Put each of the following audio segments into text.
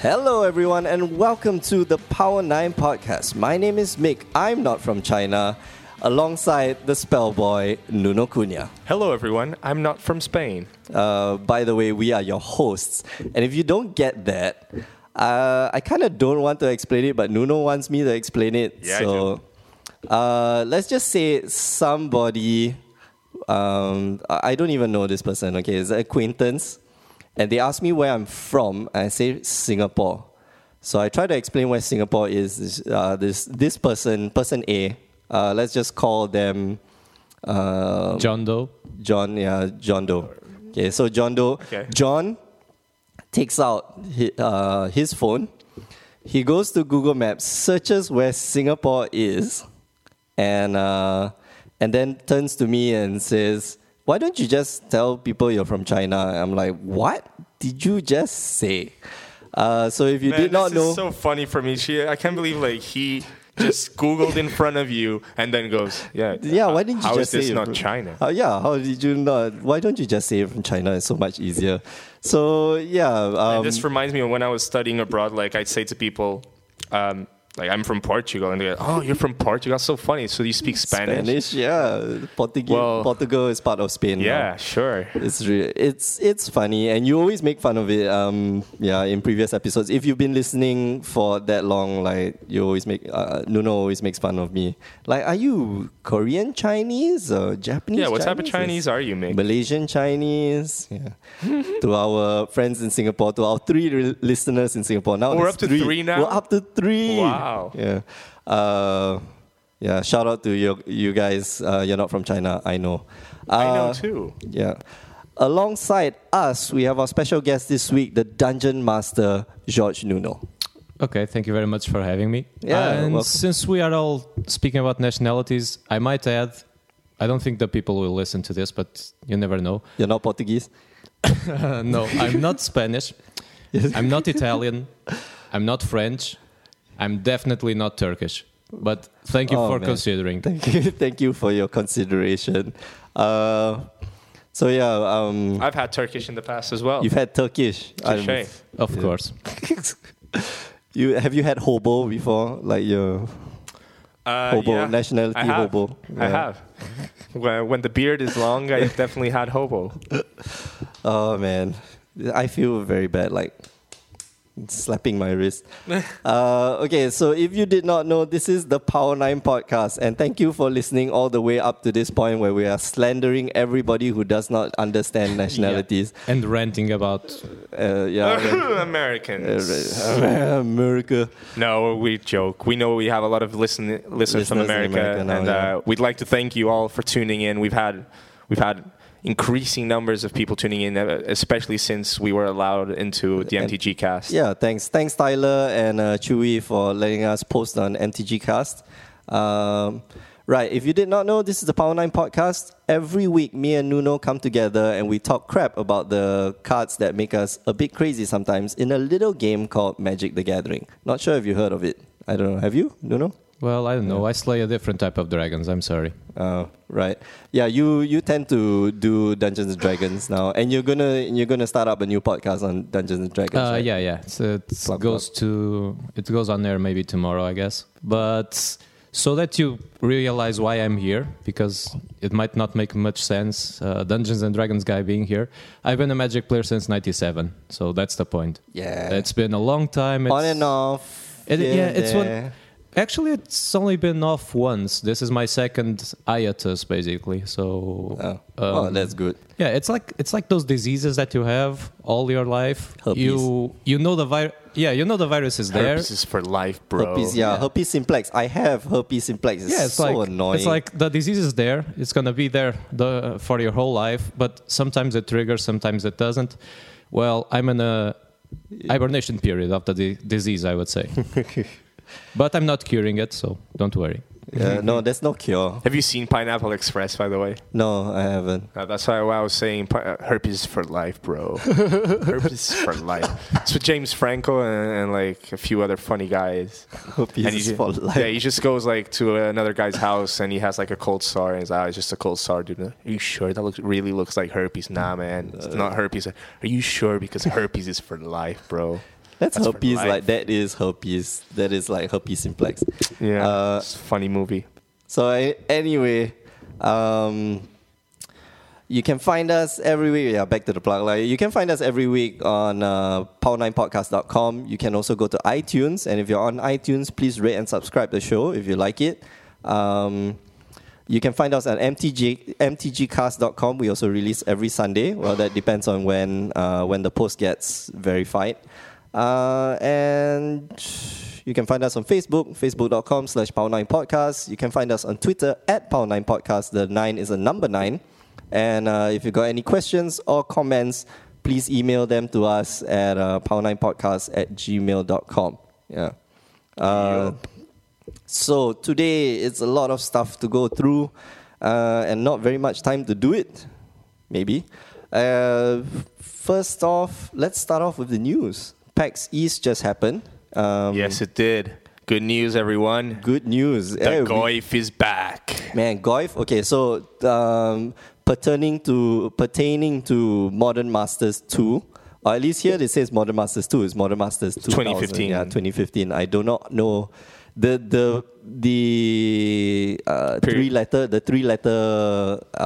Hello, everyone, and welcome to the Power 9 podcast. My name is Mick. I'm not from China, alongside the spellboy Nuno Cunha. Hello, everyone. I'm not from Spain. Uh, by the way, we are your hosts. And if you don't get that, uh, I kind of don't want to explain it, but Nuno wants me to explain it. Yeah, I so Uh, let's just say somebody, um, I I don't even know this person, okay, it's an acquaintance, and they ask me where I'm from, and I say Singapore. So I try to explain where Singapore is. Uh, this this person, person A, uh, let's just call them uh, John Doe. John, yeah, John Doe. Okay, so John Doe. Okay. John takes out hi- uh, his phone. He goes to Google Maps, searches where Singapore is, and uh, and then turns to me and says, "Why don't you just tell people you're from China?" I'm like, "What did you just say?" Uh, so if you Man, did not this know, is so funny for me. She, I can't believe like he just Googled in front of you and then goes, yeah, yeah, uh, why didn't you how just is say this it not from- China? Uh, yeah, how did you not? Why don't you just say it from China? It's so much easier. So yeah, um, this reminds me of when I was studying abroad. Like I'd say to people, um, like I'm from Portugal, and they go, "Oh, you're from Portugal? So funny. So you speak Spanish? Spanish, yeah, Portuguese, Well- Portugal is part of Spain. now. Yeah, sure. It's re- it's it's funny, and you always make fun of it. Um, yeah, in previous episodes, if you've been listening for that long, like you always make uh, Nuno always makes fun of me. Like, are you Korean Chinese or Japanese? Yeah, what type of Chinese are you, Mick? Malaysian Chinese. Yeah. to our friends in Singapore, to our three re- listeners in Singapore. Now Oh, we're there's up to three now? We're up to three. Wow. Yeah. Uh, yeah. Shout out to you, you guys. Uh, you're not from China. I know. Uh, I know too. yeah. Alongside us, we have our special guest this week, the Dungeon Master George Nuno. Okay, thank you very much for having me. Yeah, and welcome. since we are all speaking about nationalities, I might add, I don't think the people will listen to this, but you never know. You're not Portuguese. Uh, no, I'm not Spanish. I'm not Italian. I'm not French. I'm definitely not Turkish. But thank you Oh, for man. considering. Thank you, thank you for your consideration. Uh, so yeah, um, I've had Turkish in the past as well. you've had Turkish. Touché. Of course. You have you had hobo before? Like your Uh, hobo yeah, nationality I have. hobo. I Yeah. have. When when the beard is long, I definitely had hobo. Oh man, I feel very bad. Like slapping my wrist. uh, okay, so if you did not know, this is the Power Nine podcast, and thank you for listening all the way up to this point where we are slandering everybody who does not understand nationalities. And ranting about. Uh, yeah. Uh, Americans. America. No, we joke. We know we have a lot of listen, listeners, from Listeners in America, America now, and yeah. uh, we'd like to thank you all for tuning in. We've had we've had increasing numbers of people tuning in, uh, especially since we were allowed into the And- MTG cast. Yeah, thanks. Thanks, Tyler and uh, Chewy, for letting us post on MTG Cast. Um, right, if you did not know, this is the Power 9 podcast. Every week, me and Nuno come together and we talk crap about the cards that make us a bit crazy sometimes in a little game called Magic the Gathering. Not sure if you heard of it. I don't know. Have you, Nuno? Well, I don't know. I slay a different type of dragons. I'm sorry. Oh, right. Yeah, you you tend to do Dungeons and Dragons now, and you're gonna you're gonna start up a new podcast on Dungeons and Dragons. Uh, right? yeah, yeah. So it Flop, goes to it goes on there maybe tomorrow, I guess. But so that you realize why I'm here, because it might not make much sense. Uh, Dungeons and Dragons guy being here. I've been a Magic player since '97, so that's the point. Yeah. it's been a long time. It's, on and off. It- here yeah, and it's one. there. Actually, it's only been off once. This is my second hiatus, basically. So, Oh, um, that's good. Yeah, it's like it's like those diseases that you have all your life. Herpes. You you know the virus. Yeah, you know the virus is there. Herpes is for life, bro. herpes, yeah, herpes simplex. I have herpes simplex. It's, Yeah, it's so like annoying. it's like the disease is there. It's gonna be there the, for your whole life. But sometimes it triggers, sometimes it doesn't. Well, I'm in a hibernation period of the di- disease, I would say. but I'm not curing it, so don't worry. yeah, no, there's no cure. Have you seen Pineapple Express, by the way? No, I haven't. Uh, that's why I was saying pi- uh, herpes is for life, bro. herpes is for life. It's with James Franco and, and like a few other funny guys. Herpes he is ju- for life. Yeah, he just goes like to another guy's house and he has like a cold sore and he's like, "Ah, it's just a cold sore, dude. Are you sure that looks really looks like herpes? Nah, man, it's not herpes. Are you sure? Because herpes is for life, bro. That's, That's for herpes. life. Like that is herpes. That is like herpes simplex. Yeah, Uh, it's a funny movie. So a- anyway, um, you can find us every week. Yeah, back to the plug. Like you can find us every week on uh, power9podcast.com. You can also go to iTunes, and if you're on iTunes, please rate and subscribe the show if you like it. Um, you can find us at mtg, mtgcast.com. We also release every Sunday. Well, that depends on when uh, when the post gets verified. Uh, and you can find us on Facebook, facebook.com slash power9podcast. You can find us on Twitter at power9podcast. The nine is a number nine. And uh, if you got any questions or comments, please email them to us at uh, power9podcast at gmail.com. Yeah. Uh, so today it's a lot of stuff to go through, uh, and not very much time to do it. Maybe. Uh, first off, let's start off with the news. PAX East just happened. Um, yes, it did. Good news, everyone. Good news. Eh, The we- Goif is back. Man, Goif. Okay, so um, pertaining to pertaining to Modern Masters Two, or at least here it says Modern Masters Two. It's Modern Masters 2000, 2015. Yeah, 2015. I do not know the the the uh, Period. three letter the three letter.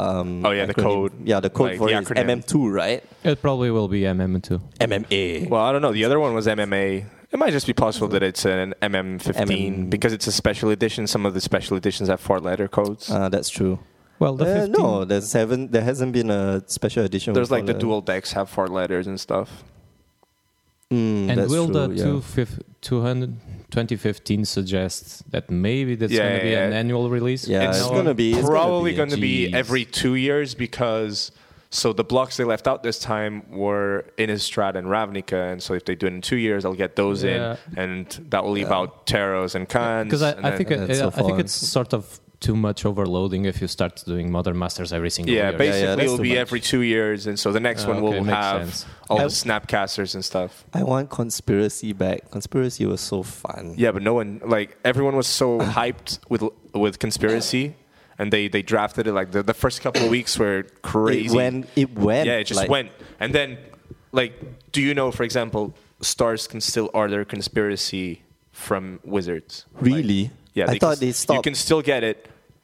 Um, Oh, yeah, the code. Yeah, the code Like, for the it is acronym. MM2, right? It probably will be MM2. MMA. Well, I don't know. The other one was MMA. It might just be possible that it's an MM15 MM. because it's a special edition. Some of the special editions have four letter codes. Uh, that's true. Well, the Uh, 15. no, there's haven't there hasn't been a special edition. There's with like the all dual decks have four letters and stuff. Mm, And that's will the true, yeah. two fif- 200 2015 suggest that maybe that's Yeah, going to yeah, be an yeah. annual release? Yeah, From it's now on? gonna be- it's gonna probably be- going to be, Jeez. every two years because so the blocks they left out this time were Innistrad and Ravnica, and so if they do it in two years, I'll get those Yeah. in, and that will leave out Taros and Khans. Because and I, I then- think it, That's so I think far. it's sort of too much overloading if you start doing Modern Masters every single yeah, year. basically that's it'll too be much. every two years, and so the next Ah, one will okay, makes have sense. all I- the snapcasters and stuff. I want conspiracy back. Conspiracy was so fun. Yeah, but no one like everyone was so hyped with with conspiracy, and they they drafted it like the, the first couple of weeks were crazy. It went. It went. Yeah, it just like- went. And then, like, do you know, for example, stars can still order conspiracy from wizards? Really? Like, yeah. I can thought s- they You stopped. can still get it.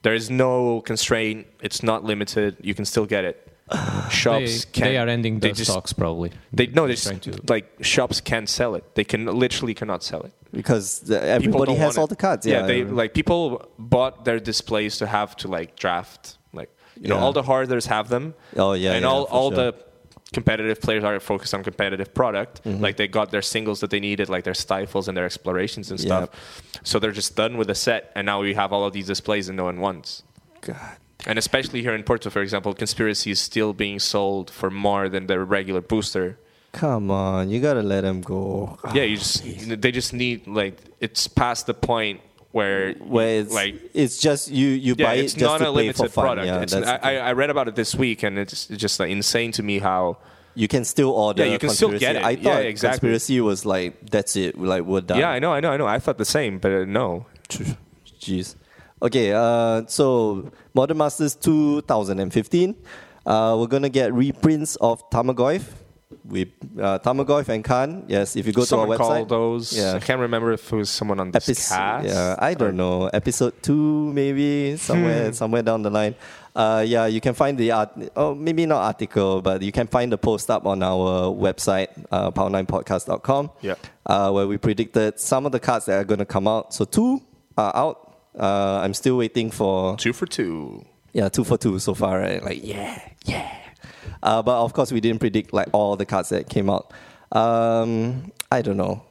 There is no constraint. It's not limited. You can still get it. They, Shops can. they are ending they the just- stocks probably. They no, they Just trying just, to- like shops can't sell it. They can literally cannot sell it. because the, People everybody don't has want all it. the cards. Yeah, Yeah, they like people bought their displays to have to like draft. Like you know, Yeah. all the hoarders have them. Oh, yeah, and yeah, all for all sure. the competitive players are focused on competitive product. Mm-hmm. Like they got their singles that they needed, like their stifles and their explorations and stuff. So they're just done with the set, and now we have all of these displays that no one wants. God. And especially here in Porto, for example, conspiracy is still being sold for more than the regular booster. Come on, you gotta let them go. Yeah, you just they just need like it's past the point where Where it's like like it's just you you yeah, buy it it's just not to a play for limited fun. product. Yeah, it's, that's I, the thing. I read about it this week, and it's it's just like insane to me how you can still order. Yeah, you can still conspiracy. get it. I Yeah, thought exactly. conspiracy was like that's it. Like we're done. yeah, I know, I know, I know. I thought the same, but uh, no. Jeez. Okay, uh, so Modern Masters 2015. Uh, we're gonna get reprints of Tamagoyf. We uh, Tamagoyf and Khan. Yes, if you go Someone to our called website, those. I Yeah. can't remember if it was someone on this Epis- cast. yeah, I don't know. Episode two, maybe Hmm. somewhere somewhere down the line. Uh, yeah, you can find the art. Oh, maybe not article, but you can find the post up on our website, uh, power9podcast.com. Yeah. uh, where we predicted some of the cards that are going to come out. So two are out. Uh, I'm still waiting for Two for two. yeah, two for two so far, right? Like, yeah, yeah. Uh, but of course, we didn't predict like all the cards that came out. Um, I don't know.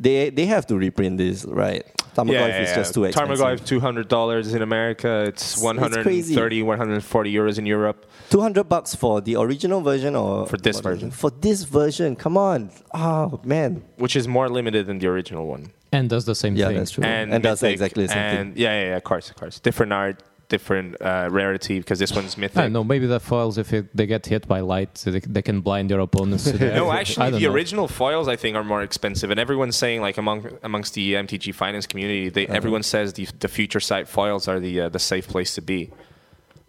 They they have to reprint this, right? Tamagoyf is just too expensive. Tarmogoyf, two hundred dollars in America. It's it's 130, crazy. 140 euros in Europe. two hundred bucks for the original version or For this what is it? version. For this version, come on! Oh man, which is more limited than the original one. and does the same yeah, thing. that's true. And, that's mythic, Mm. exactly the same and thing. Yeah, yeah, yeah, of course, of course. Different art, different uh, rarity because this one's mythic. I don't know. Maybe the foils, if it, they get hit by light, they, they can blind their opponents. to their- No, I actually, don't the know. original foils I think are more expensive, and everyone's saying like among amongst the MTG finance community, they, Uh-huh. everyone says the the future site foils are the uh, the safe place to be. Yeah,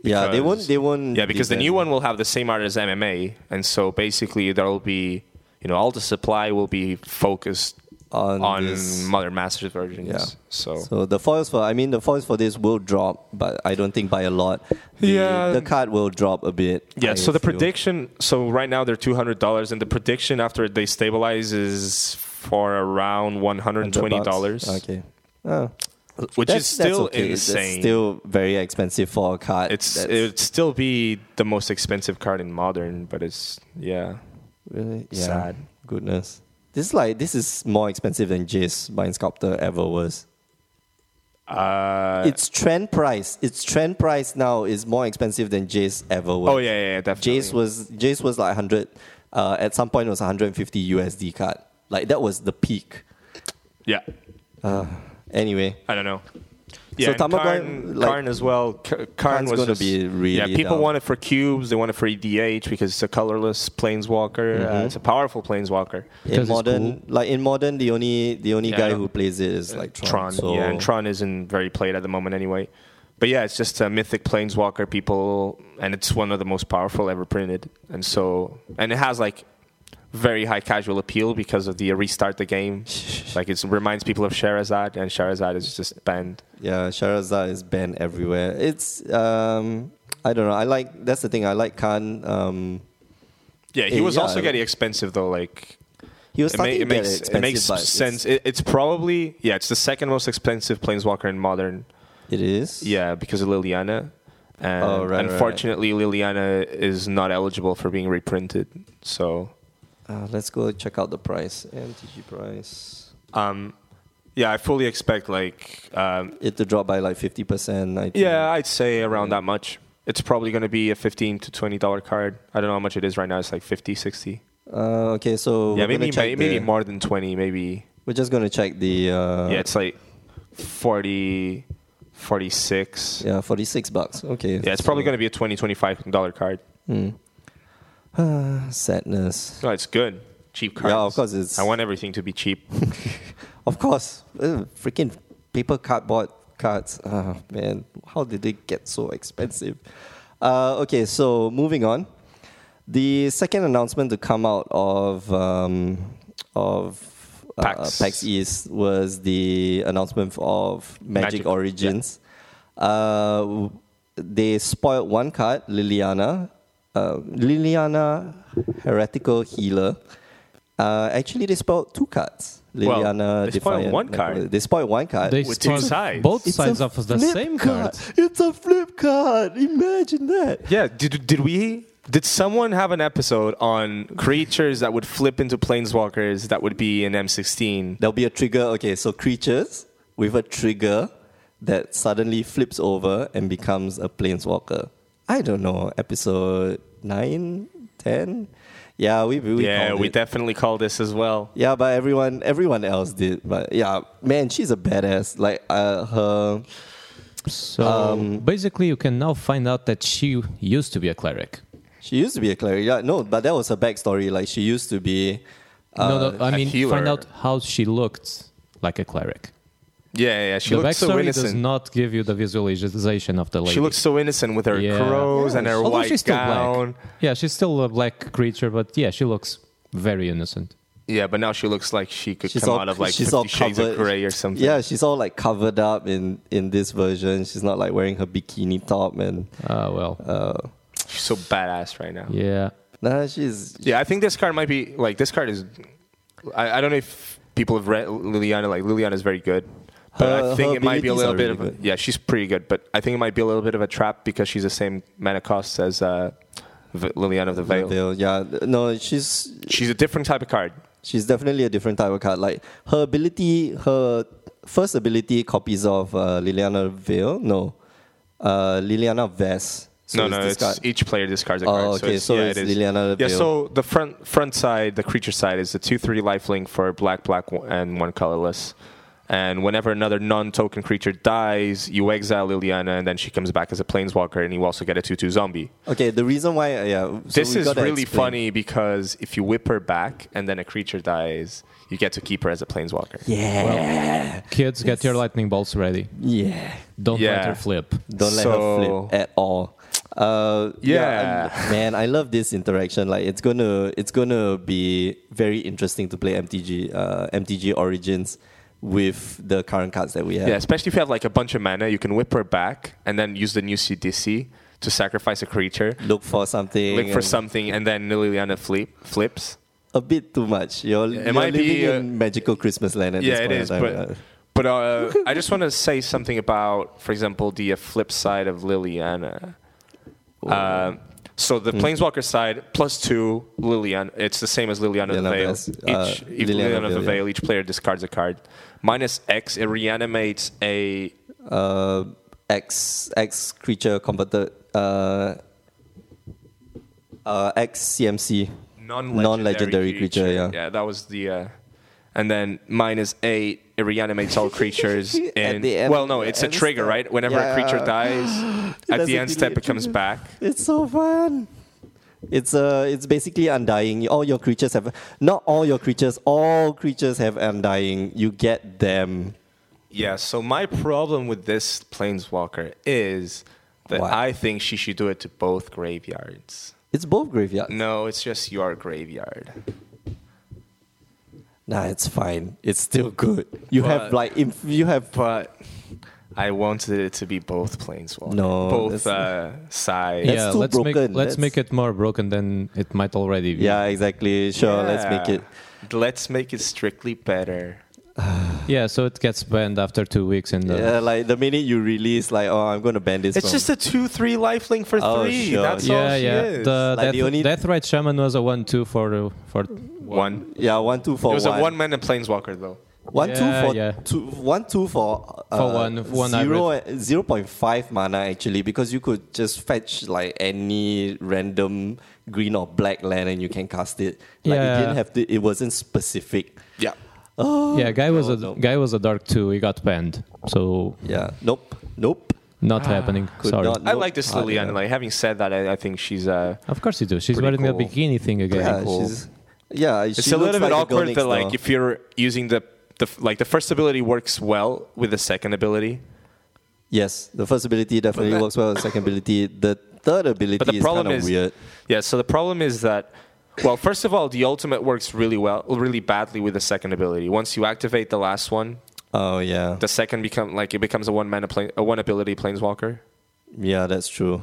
they Because- won't. They won't. Yeah, because the defend. new one will have the same art as MMA, and so basically there'll be you know all the supply will be focused on, on this. Mother Master's versions. Yeah. So, So the foils for I mean the foils for this will drop, but I don't think by a lot. The, Yeah. the card will drop a bit. yeah. I So the feel. prediction. So right now they're two hundred dollars, and the prediction after they stabilize is for around one hundred and twenty dollars, Okay. Oh, which that's, is still that's okay. That's insane. still very expensive for a card. it's That's it'd still be the most expensive card in modern, but it's yeah. really yeah. sad. Goodness. This is like this is more expensive than Jace Mind Sculptor ever was. Uh, It's trend price. It's trend price now is more expensive than Jace ever was. oh yeah, yeah, yeah, definitely. Jace was Jace was like 100. Uh, at some point, it was 150 USD card. Like that was the peak. Uh, yeah. Anyway, I don't know. Yeah, and Tamago- Karn, like- Karn as well. K- Karn Karn's was gonna just- be really Yeah, people down. want it for cubes. They want it for EDH because it's a colorless planeswalker. Mm-hmm. Uh, it's a powerful planeswalker. Because in it's modern, like in modern, the only the only Yeah, I guy know. who plays it is like Tron. Tron, so- yeah, and Tron isn't very played at the moment anyway. But yeah, it's just a mythic planeswalker. People, and it's one of the most powerful ever printed. And so, and it has like very high casual appeal because of the restart the game. like it reminds people of Sherazad, and Sherazad is just banned. Yeah, Sharazad is banned everywhere. It's um, I don't know. I like that's the thing. I like Khan. Um, Yeah, he Eh, was yeah, also I- getting expensive though. Like he was it, ma- starting it to get makes expensive, it makes but sense. It, it's probably yeah, it's the second most expensive planeswalker in modern. It's, it is. Yeah, because of Liliana. And Oh, right, right, unfortunately, Liliana is not eligible for being reprinted. So, Uh, let's go check out the price. MTG price. um, yeah, I fully expect like um, It to drop by like fifty percent. I think. yeah, I'd say around that much. It's probably going to be a fifteen to twenty dollar card. I don't know how much it is right now. It's like 50, 60. Uh, okay, so yeah, we're maybe gonna check may- maybe the- more than twenty. Maybe We're just gonna check the. Uh, yeah, it's like 40, 46. yeah, forty-six bucks. Okay. Yeah, it's probably going to be a 20 25 dollar card. gonna Hmm. sadness. No, it's good. Cheap cards. Yeah, of course it's- I want everything to be cheap. Of course, Ugh, freaking paper cardboard cards. Ah man, how did they get so expensive? Uh, okay, so moving on. The second announcement to come out of um, of uh, PAX. PAX East was the announcement of Magic, Magic, Origins. Uh, w- they spoiled one card, Liliana. Uh, Liliana, heretical healer. Uh, actually, they spoiled two cards. Well, Liliana, they spoiled Defiant, one Necro- card. They spoiled one card. They With two spoiled sides. Both It's a sides of the flip same card. It's a flip card. Imagine that. Yeah, did, did we? Did someone have an episode on creatures that would flip into planeswalkers that would be in M16? There'll be a trigger. Okay, so creatures with a trigger that suddenly flips over and becomes a planeswalker. I don't know, episode 9, 10? Yeah, we, we yeah, called we it. definitely call this as well. Yeah, but everyone everyone else did. But yeah, man, she's a badass. Like uh, her So Um, basically, you can now find out that she used to be a cleric. she used to be a cleric. Yeah, no, but that was her backstory. Like she used to be uh, no, no, Uh, I a mean, healer. find out how she looked like a cleric. Yeah, yeah, she the looked backstory so does innocent. not give you the visualization of the lady. she looked so innocent with her Yeah. crows Yeah. and her Although white she's still gown. black. Yeah, she's still a black creature, but yeah, she looks very innocent. Yeah, but now she looks like she could come out of like she's 50 all Shades of covered- Grey or something. Yeah, she's all like covered up in in this version. She's not like wearing her bikini top and Ah, well. uh, She's so badass right now. yeah. nah, she's Yeah, I think this card might be like this card is. I, I don't know if people have read Liliana. Like Liliana is very good, but Her- I think her it might be a abilities little are bit really of a, good. yeah, she's pretty good. But I think it might be a little bit of a trap because she's the same mana cost as uh, v- Liliana of the Veil. Veil, Yeah, no, she's She's a different type of card. she's definitely a different type of card. Like her ability, her first ability copies of uh, Liliana Veil. No, uh, Liliana Vess. So no, no, this it's card. each player discards a Oh, card. okay, so yeah, it's it is. Liliana the Yeah, Veil. so the front front side, the creature side, is the two three lifelink for black, black, one- and one colorless. And whenever another non-token creature dies, you exile Liliana, and then she comes back as a planeswalker, and you also get a two-two zombie. okay, the reason why, uh, yeah, so this we is gotta really explain. funny because if you whip her back and then a creature dies, you get to keep her as a planeswalker. Yeah, Kids, get your lightning bolts ready. yeah. Don't Yeah. let her flip. Don't let her So- flip at all. Uh, Yeah. I'm- man, I love this interaction. Like it's gonna it's gonna be very interesting to play MTG uh, MTG Origins with the current cards that we have. Yeah, especially if you have like a bunch of mana, you can whip her back and then use the new CDC to sacrifice a creature, Look for something. look for and- something, and then Liliana flip, flips. A bit too much. You're, you're might living be, uh, in magical Christmas land at this yeah, point it in is. time. But, but uh, I just want to say something about, for example, the uh, flip side of Liliana. Uh, so the Planeswalker side plus two Liliana. It's the same as Liliana of the Liliana Veil. Vest, Each, uh, if Liliana Liliana of Veil, the yeah. Veil, each player discards a card. Minus X, it reanimates a uh, X X creature converted uh, uh, X CMC non-legendary, Non-legendary creature, yeah. yeah, that was the. Uh, and then minus eight, it reanimates all creatures. At and the end- well, no, it's a at the trigger, start. right? Whenever a creature Yeah. dies, at That's the a end step, it delete comes trigger. back. It's so fun. It's uh, it's basically undying. All your creatures have not all your creatures. All creatures have undying. You get them. Yeah. So my problem with this planeswalker is that What? I think she should do it to both graveyards. It's both graveyard. No, it's just your graveyard. Nah, it's fine. It's still good. You have But- like inf- you have But I wanted it to be both planeswalkers. No, both that's- uh, sides. That's yeah, too let's make broken. let's That's- make it more broken than it might already be. yeah exactly. Sure, let's make Yeah. it. Let's make it strictly better. Yeah, so it gets banned after two weeks in the Yeah, like the minute you release, like oh, I'm gonna ban this. It's from- just a two-three lifelink for Oh, three. sure. That's yeah, all she yeah. is. The, Like death, the only- death right shaman was a one two for for one. yeah one two It for was one. a one-man and planeswalker though. One Yeah, two for yeah. two, one two for, uh, For one- one zero, 0.5 mana actually because you could just fetch like any random green or black land and you can cast it. Like Yeah. it didn't have to. It wasn't specific. Yeah. Oh yeah. Guy was no, no. a guy was a dark two. He got banned, so yeah. Nope. Nope. Ah, not happening. could Sorry. not- I Nope. like this Ah, Liliana. yeah. Like having said that, I, I think she's uh, Of course you do. She's Pretty wearing a cool. bikini thing again. Yeah, she's yeah. it's she a little looks like bit the girl awkward next that like door. if you're using the the f- like the first ability works well with the second ability, yes, the first ability definitely that- works well. The second ability, the third ability but the is kind problem of is weird. yeah. So the problem is that well, first of all, the ultimate works really well, really badly with the second ability. Once you activate the last one, Oh yeah, the second become like it becomes a one mana plane, a one ability planeswalker. yeah, that's true.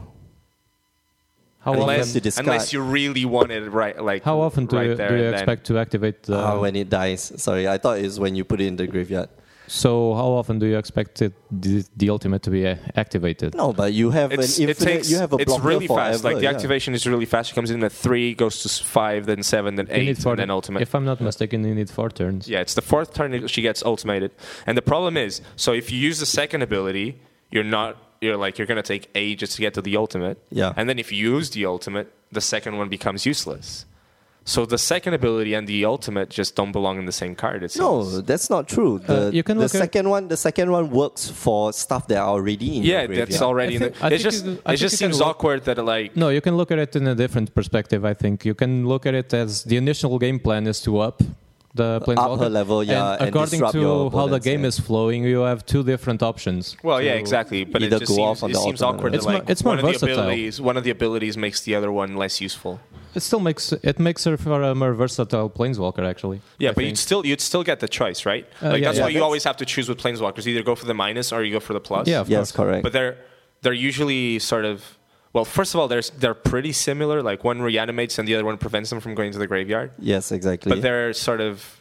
How Unless- often? have to discard. unless you really want it right, like How often do right you, there do you and then. expect to activate the? Ah, when it dies. Sorry, I thought it's when you put it in the graveyard. so how often do you expect it, the, the ultimate to be uh, activated? No, but you have It's, an it infinite. takes. you have a it's blocker really forever, fast. Like the yeah. activation is really fast. It comes in at three, goes to s- five, then seven, then You need eight, four and then turn- ultimate. If I'm not mistaken, you need four turns. Yeah, it's the fourth turn that she gets ultimated. And the problem is, so if you use the second ability, you're not you're like you're gonna take ages to get to the ultimate. Yeah. And then if you use the ultimate, the second one becomes useless. So the second ability and the ultimate just don't belong in the same card. It No, seems. that's not true. The, Uh, you can the look at- second one, the second one works for stuff that are already in. Yeah, your graveyard. that's already. I in think- the, I it think just you- I it think just you can seems look- awkward that like No, you can look at it in a different perspective. I think you can look at it as the initial game plan is to up the plane Uh, her level, yeah, and according disrupt your to how the opponents, game yeah. is flowing, you have two different options. Well, to- yeah, exactly. But it either just go seems, off on it the seems alternate awkward. or that, It's like more- it's one more of the versatile. abilities, one of the abilities makes the other one less useful. It still makes it makes her for a more versatile planeswalker, actually. Yeah, I but think. you'd still you'd still get the choice, right? Uh, like yeah, that's yeah. why you always have to choose with planeswalkers. Either go for the minus or you go for the plus. Yeah, of yes, course. correct. but they're they're usually sort of well. First of all, they're they're pretty similar. Like one reanimates and the other one prevents them from going to the graveyard. yes, exactly. But they're sort of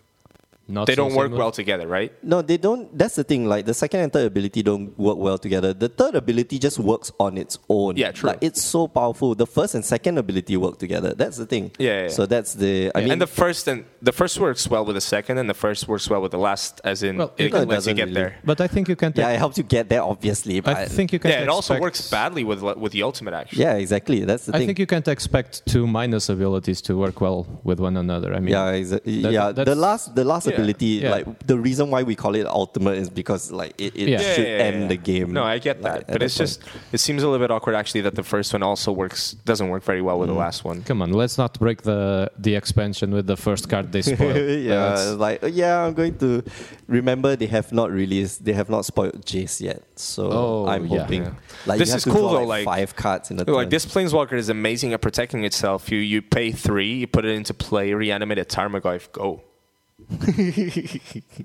Not they so don't work similar. well together, right? no, they don't. That's the thing. Like the second and third ability don't work well together. The third ability just works on its own. Yeah, true. Like it's so powerful. The first and second ability work together. That's the thing. Yeah, yeah, So yeah. that's the. I mean, and the first and the first works well with the second, and the first works well with the last, as in Well, it no, it lets you doesn't get really. there. But I think you can. Take, yeah, it helps you get there obviously. But I think you can. Yeah, it also expect- works badly with with the ultimate actually. Yeah, exactly. That's the I thing. think you can't expect two minus abilities to work well with one another. I mean, Yeah, exa- yeah. The that's- last, the last Yeah. replayability. Yeah. Like the reason why we call it ultimate is because like it, it Yeah. should Yeah, yeah, end yeah. the game. No, I get like, that, at but that it's just it seems a little bit awkward actually that the first one also works doesn't work very well with Mm. the last one. Come on, let's not break the the expansion with the first card they spoiled. yeah, That's- it's like yeah, I'm going to remember they have not released, they have not spoiled Jace yet, so Oh, I'm yeah. hoping Yeah. like This you have is to cool draw, though, like- five cards in a Like turn. this planeswalker is amazing at protecting itself. You you pay three, you put it into play, reanimate a Tarmogoyf, go,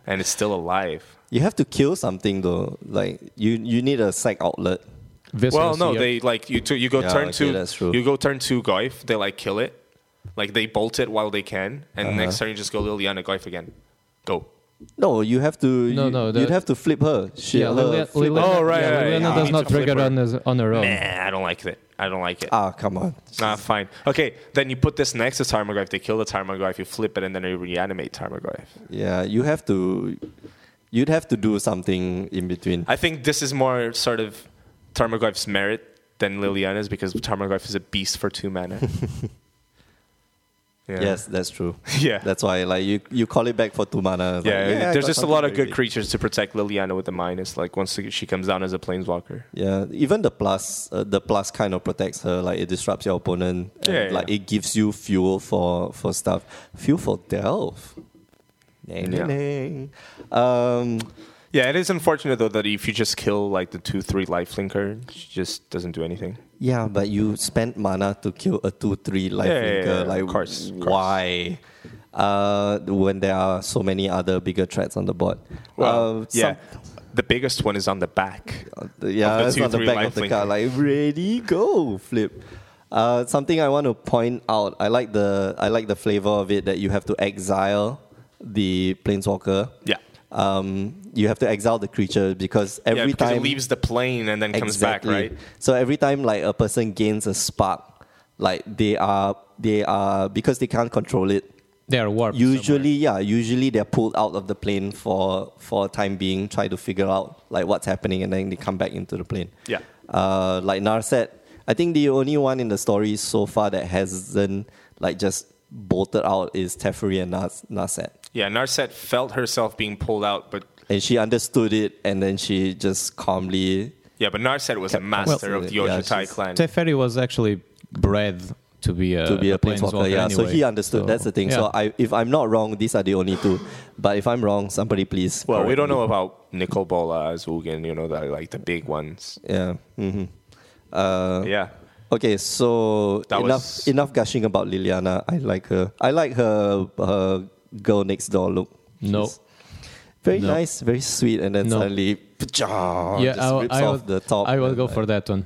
and it's still alive. You have to kill something though. Like you, you need a psych outlet. Well, Visceral's no, here. they like you. T- you go Yeah, turn okay, two. that's true. You go turn two Goif. They like kill it, like they bolt it while they can, and Uh-huh. next turn you just go Liliana Goif again. Go. No, you have to. No, you, no, the- you'd have to flip her. She, Yeah, Lilia- flip Liliana, Oh, right, yeah, right, Liliana yeah. does It's not a flipper. trigger on, his, on her own. Nah, I don't like it. I don't like it. Ah, come on. nah, fine. Okay, then you put this next to Tarmogoyf. They kill the Tarmogoyf. You flip it, and then you reanimate Tarmogoyf. Yeah, you have to. You'd have to do something in between. I think this is more sort of Tarmogoyf's merit than Liliana's because Tarmogoyf is a beast for two mana. yeah. Yes, that's true. Yeah. that's why. Like you, you call it back for two mana. It's Yeah, like, I there's got just a lot of something good already. creatures to protect Liliana with the minus. Like once she comes down as a planeswalker. Yeah, even the plus, uh, the plus kind of protects her. Like it disrupts your opponent. and, Yeah, yeah. like it gives you fuel for for stuff. Fuel for delve. Ding, Yeah. ding, ding. Um, Yeah, it is unfortunate though that if you just kill like the two three lifelinker, she just doesn't do anything. yeah, but you spent mana to kill a two three life Yeah, yeah, linker. yeah, of like course, of course. why? Uh, when there are so many other bigger threats on the board. Well, Uh, yeah, some- the biggest one is on the back. Uh, the- yeah, Of the that's two, on the three back life of the link. car. Like ready, go, flip. Uh, something I want to point out. I like the I like the flavor of it that you have to exile the planeswalker. Yeah. Um, you have to exile the creature because every yeah, because time it leaves the plane and then comes back, right? So every time like a person gains a spark, like they are they are because they can't control it. They are warped. Usually, yeah, usually they're pulled out of the plane for for a time being, try to figure out like what's happening, and then they come back into the plane. Yeah. Uh, like Narset, I think the only one in the story so far that hasn't like just bolted out is Teferi and Nars- Narset, Yeah, Narset felt herself being pulled out, but and she understood it, and then she just calmly. yeah, but Narset was a master well, of the yeah, Yoshitai she's- clan. Teferi was actually bred to be a To be a planeswalker, planeswalker, yeah. so anyway. he understood. So, That's the thing. So yeah. I, if I'm not wrong, these are the only two. But if I'm wrong, somebody please. Well, we correct don't me. know about Nicol Bola, Zul'Gin, you know, the, like the big ones. Yeah. hmm Uh, Yeah. Okay, so That enough was- enough gushing about Liliana. I like her. I like her her girl next door look. No. She's very No. nice, very sweet, and then No. suddenly, pshaw, yeah, just I, rips I off will, the top. I will and go like- for that one.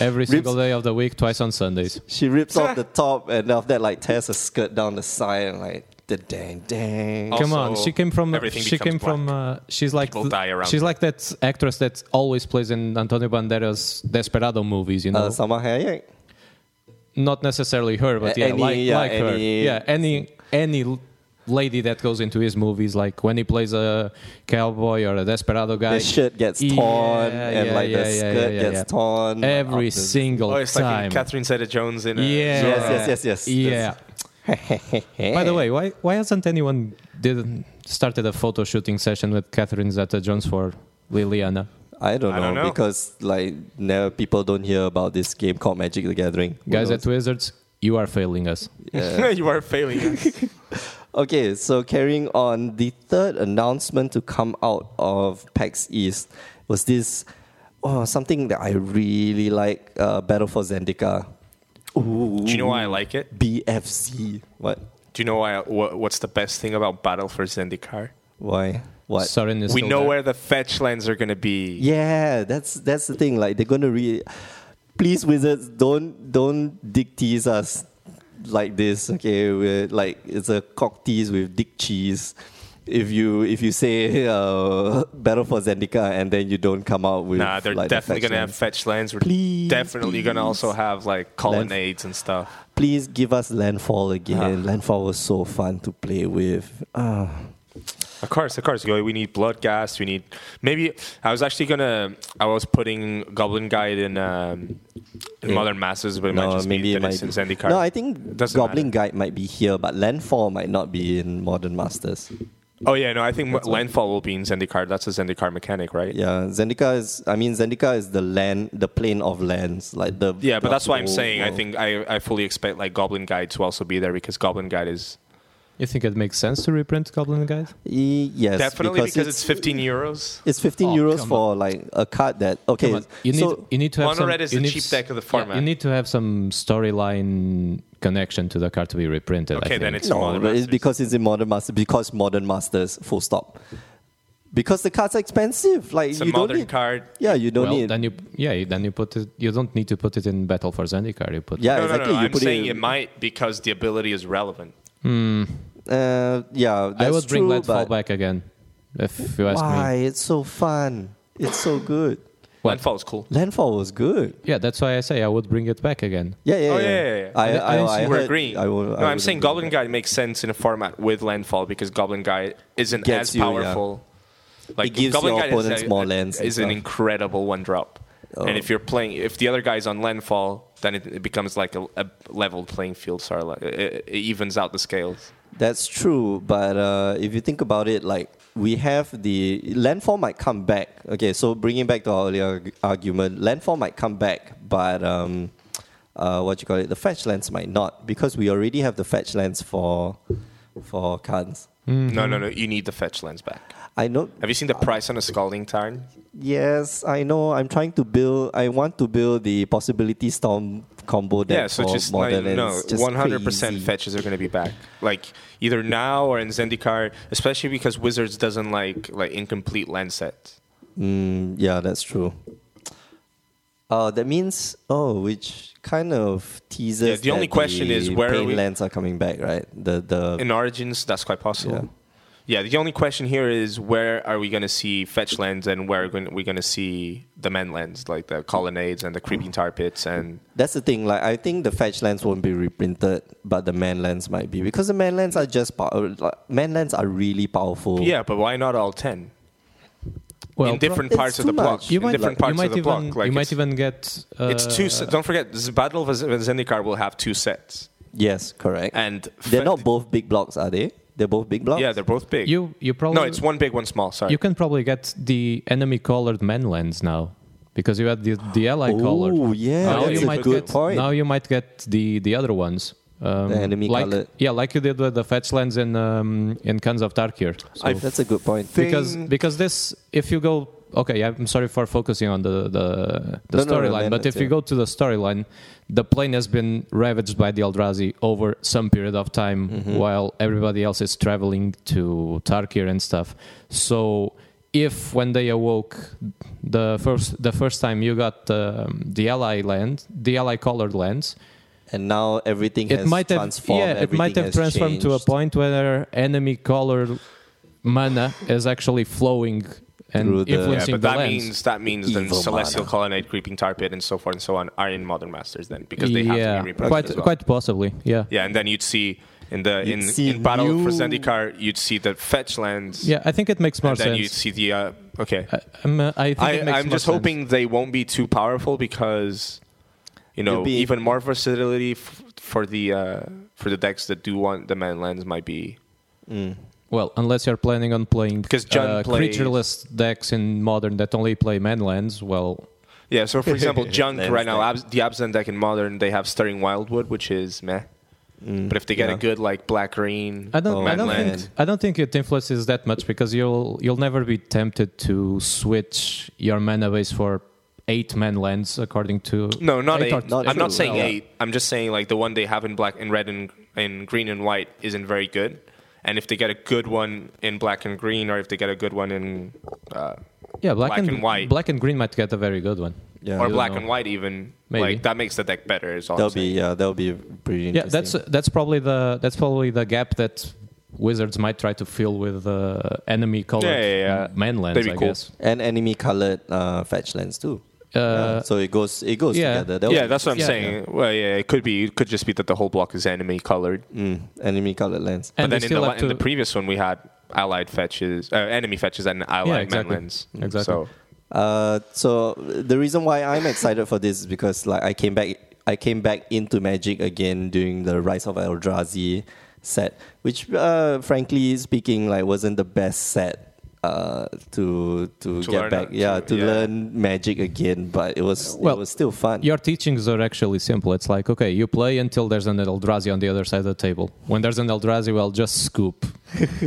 Every single day of the week, twice on Sundays. She rips off the top, and after that, like tears her skirt down the side, and like the dang dang. Oh. Come on, Also, she came from. everything She came becomes from. Uh, she's like. People die around she's her. like that actress that always plays in Antonio Banderas' Desperado movies. You know, Uh, Salma Hayek. not necessarily her, but A- yeah, any- like, yeah, like her. any- Yeah, any any l- lady that goes into his movies, like when he plays a cowboy or a desperado guy, The shirt gets Yeah, torn, and yeah, like the yeah, yeah, skirt yeah, gets yeah. torn. like, every after- single Oh, it's like time. in Catherine Zeta-Jones in. uh, yeah. Yes, yes, yes, Eh. yes. Yeah. By the way, why why hasn't anyone did started a photo shooting session with Catherine Zeta-Jones for Liliana? I don't, I don't know, know. because like now people don't hear about this game called Magic the Gathering. Who Guys knows? at Wizards, you are failing us. you are failing. us. Okay, so carrying on, the third announcement to come out of PAX East was this oh, something that I really like uh, Battle for Zendika. Ooh, Do you know why I like it? BFC. What? Do you know why? What, what's the best thing about Battle for Zendikar? Why? What? Soren is we still know there. where the fetch lands are going to be. Yeah, that's that's the thing. Like they're gonna re please wizards, don't don't dick tease us like this. Okay, we're like it's a cock tease with dick cheese. If you if you say uh, battle for Zendika and then you don't come out with Nah, they're like, the definitely faction, going to have fetch lands. We're Please, definitely going to also have like Lands. colonnades and stuff. please give us landfall again. Landfall was so fun to play with. Ah. Of course, of course. You know, We need blood gas. We need maybe. I was actually gonna. I was putting Goblin Guide in um, in Modern Masses, but it might No, just maybe be it might. Dennis and Zandy No, I think Doesn't Goblin matter. Guide might be here, but Landfall might not be in Modern Masters. Oh yeah, no, I think Landfall will be in Zendikar. That's a Zendikar mechanic, right? Yeah, Zendika is. I mean, Zendika is the land, the plane of lands, like the. Yeah, the but that's why I'm whole saying I world. think I, I fully expect like Goblin Guide to also be there because Goblin Guide is You think it makes sense to reprint Goblin Guide? E- yes, definitely because, it's, 15 euros. it's 15 Oh, euros come for like a card that okay. Come on, You need so you need to have Mono some, red is you the need cheap s- deck of the yeah, format. you need to have some storyline connection to the card to be reprinted. I Okay, then think. it's no, Modern but it's Masters. because it's in Modern Masters. Because Modern Masters, full stop. Because the cards are expensive. Like It's a you don't modern need, card. Yeah, you don't well, need. then you yeah then you put it. You don't need to put it in Battle for Zendikar. You put yeah, no, exactly. no, no, you I'm put saying it. it might because the ability is relevant. uh, yeah, that's I would bring true, Landfall but back again if you ask Why? me. It's so fun. It's so good. What? Landfall is cool. Landfall was good. Yeah, that's why I say I would bring it back again. Yeah, yeah, Oh, yeah. yeah, yeah, yeah. I, I I, didn't I see- We're heard- agreeing. I will- no, I I'm saying wouldn't Goblin do Guide makes sense in a format with Landfall because Goblin Guide isn't Gets as you, yeah. powerful. It gives Goblin your Guide opponents is more lands and Is an stuff. incredible one drop. Oh. And if you're playing, if the other guy's on landfall, then it, it becomes like a, a leveled playing field. Sorry, like, it, it evens out the scales. that. That's true, but uh, if you think about it, like we have the landfall might come back. Okay, so bringing back to our earlier arg- argument, landfall might come back, but um, uh, what you call it, the fetch lands might not because we already have the fetch lands for for Khans. No, no, no. You need the fetch lands back. I know. Have you seen the price on a scalding tarn? Yes, I know. I'm trying to build. I want to build the possibility storm combo deck Yeah, so for just like, modern. and no, it's just one hundred percent crazy. fetches are going to be back, like either now or in Zendikar, especially because Wizards doesn't like like incomplete land sets. Mm, yeah, that's true. Uh, that means oh, which kind of teases. Yeah, the only that question is the where are pain we- lands are coming back, right? The the In Origins, that's quite possible. Yeah. the only question here is where are we going to see fetch lands and where are we going to see the men lands, like the colonnades and the creeping tar pits and that's the thing. Like I think the fetch lands won't be reprinted, but the man lands might be because the man lands are just power. Like, man lands are really powerful. yeah, but why not all ten Well, in different it's parts of too the block? much. You in might- different like- parts you might of the even block, like you it's, might even get uh, it's two. Se- don't forget, this Battle of Z- Zendikar will have two sets, Yes, correct. and they're fe- not both big blocks, are they? They're both big blocks. Yeah, they're both big. You you probably no, it's one big, one small. Sorry. you can probably get the enemy colored manlands now because you had the the ally Oh, colored. yeah, now that's you a might good get point. now you might get the the other ones. Um, The enemy like, colored. Yeah, like you did with the fetch lands in um, in Khans of Tarkir. So I that's a good point. think- because because this if you go okay i'm sorry for focusing on the the, the No, no, no, storyline man, but if that's you it. go to the storyline the plane has been ravaged by the eldrazi over some period of time Mm-hmm. while everybody else is traveling to tarkir and stuff so if when they awoke the first the first time you got um, the ally land the ally colored lands and now everything it has might have transformed. yeah it might everything have has transformed to a changed. point where enemy color mana is actually flowing and Through the- yeah, influencing but the that lands. means that means the Evil celestial mana. colonnade, creeping tar pit, and so forth and so on are in modern masters then because they yeah, have to be reprinted quite as well. quite possibly yeah. Yeah, and then you'd see in the in, You'd see in battle for new- Zendikar, you'd see the fetch lands. Yeah, I think it makes more and then you'd sense. see the uh, okay. I, I'm, uh, I think I, it makes I'm more just sense. hoping they won't be too powerful because you know You'd be- even more versatility f- for the uh, for the decks that do want the man lands might be Well, unless you're planning on playing Because John uh, plays- creatureless decks in modern that only play manlands. Well, yeah. So for example, junk Lands right now, deck. abs- the Absent deck in modern they have Stirring Wildwood, which is meh. but if they get Mm, yeah. a good like black green, I don't. Oh, I don't Manland. think. I don't think it influences that much because you'll you'll never be tempted to switch your mana base for eight man lands according to No, not eight eight. or- Not I'm not true. saying No. eight. I'm just saying like the one they have in black and red and in green and white isn't very good. And if they get a good one in black and green, or if they get a good one in uh, yeah black, black and, and white. black and green might get a very good one Yeah. I or don't black know. and white even, Maybe. like that makes the deck better. Is all I'm That'll be saying. yeah. That'll be pretty. yeah Interesting. that's that's probably the that's probably the gap that wizards might try to fill with uh, enemy colored Yeah, yeah, yeah. manlands That'd be i cool. guess and enemy colored uh, fetch lands too. uh, Yeah, so it goes it goes yeah. together. That yeah, was that's what I'm Yeah. saying. Well, yeah, it could be. It could just be that the whole block is enemy colored. mm, enemy colored lands. But and they then in the, still la- have in the to previous one we had allied fetches, uh, enemy fetches, and allied Yeah, exactly. mainlands. Exactly. So Uh, so the reason why I'm excited for this is because like I came back I came back into Magic again during the Rise of Eldrazi set, which uh, frankly speaking like wasn't the best set uh, to to, To get learn back it, yeah to- to yeah. learn Magic again, but it was Well, it was still fun. Your teachings are actually simple. It's like, okay, you play until there's an Eldrazi on the other side of the table. When there's an Eldrazi, well, just scoop.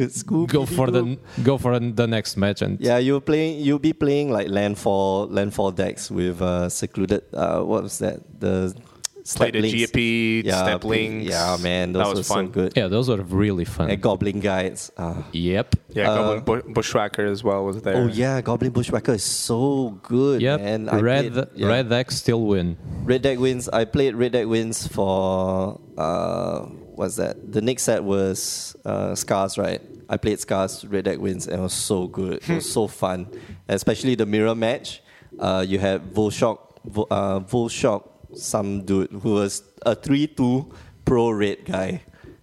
Scoop, Go for the go for the next match and Yeah, you'll playing. You'll be playing like landfall, landfall decks with uh, secluded. Uh, what was that? The played step a links. GP, step play- links. Yeah, man, those that was were fun. so good. Yeah, those are really fun. And goblin guides. ah. yep. Yeah, Goblin Bu- Bushwhacker as well was there. Uh, Oh yeah, goblin bushwhacker is so good. Yep. man. I red played- yeah. red decks still win. Red deck wins. I played red deck wins for uh, what's that? The next set was uh, scars, right? I played scars. Red deck wins, and it was so good. It was so fun, especially the mirror match. Uh, you had Volshock, Vo- uh, Volshock, some dude who was a three-two pro red guy.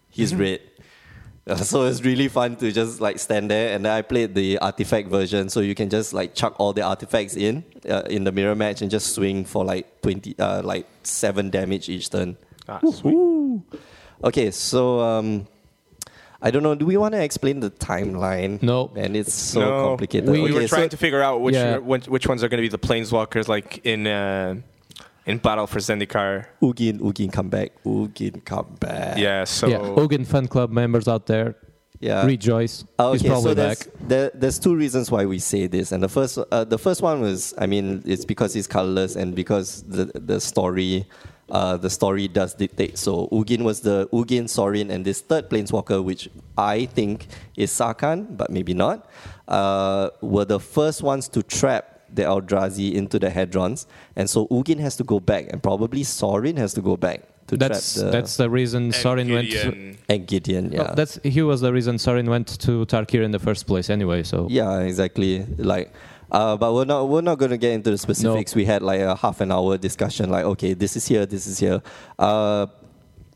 He's red. Uh, so it's really fun to just like stand there and then i played the artifact version so you can just like chuck all the artifacts in uh, in the mirror match and just swing for like 20 uh, like 7 damage each turn Ah, sweet. okay so um i don't know do we want to explain the timeline No. and it's so No, complicated We, okay, were trying so- to figure out which Yeah. are- which, which ones are going to be the planeswalkers, like in uh, in Battle for Zendikar. Ugin, Ugin, come back. Ugin, come back. Yeah, so Yeah. Oh, Ogan fan club members out there, Yeah. rejoice. Uh, He's probably there's, back. There, there's two reasons why we say this, and the first, uh, the first one was, I mean, it's because he's colorless and because the the story, uh, the story does dictate. So Ugin was the Ugin, Sorin, and this third planeswalker, which I think is Sarkhan, but maybe not, uh, were the first ones to trap the Eldrazi into the Hedrons, and so Ugin has to go back, and probably Sorin has to go back to That's trap the that's the reason Sorin went. To, Gideon. and Gideon. Yeah, Oh, that's he was the reason Sorin went to Tarkir in the first place. Anyway, so Yeah, exactly. Like, uh, but we're not we're not going to get into the specifics. We had like a half an hour discussion. Like, okay, this is here, this is here. Uh,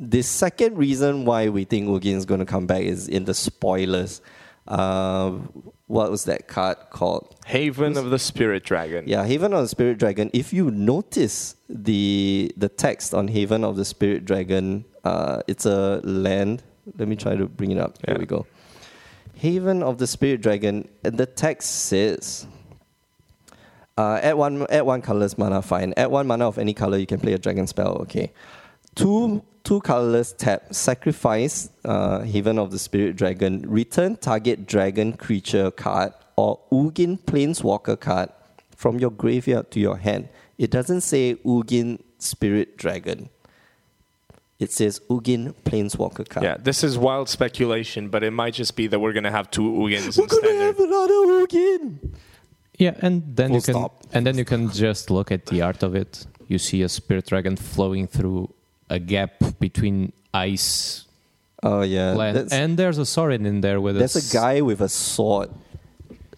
the second reason why we think Ugin is going to come back is in the spoilers. Uh, what was that card called? Haven of the Spirit Dragon. Yeah, Haven of the Spirit Dragon. If you notice the the text on Haven of the Spirit Dragon, uh, it's a land. Let me try to bring it up. Here Yeah. we go. Haven of the Spirit Dragon. and The text says. Uh, add one add one colorless mana, fine. Add one mana of any color, you can play a dragon spell, okay. Two two colorless tap, sacrifice uh, Haven of the Spirit Dragon, return target dragon creature card or Ugin Planeswalker card from your graveyard to your hand. It doesn't say Ugin Spirit Dragon. It says Ugin Planeswalker card. Yeah, this is wild speculation, but it might just be that we're going to have two Ugins We're in gonna standard. have another Ugin. yeah, and then Full you can stop. and then you can just look at the art of it. You see a spirit dragon flowing through a gap between ice Oh yeah. land, that's- and there's a Sorin in there with There's us. a guy with a sword.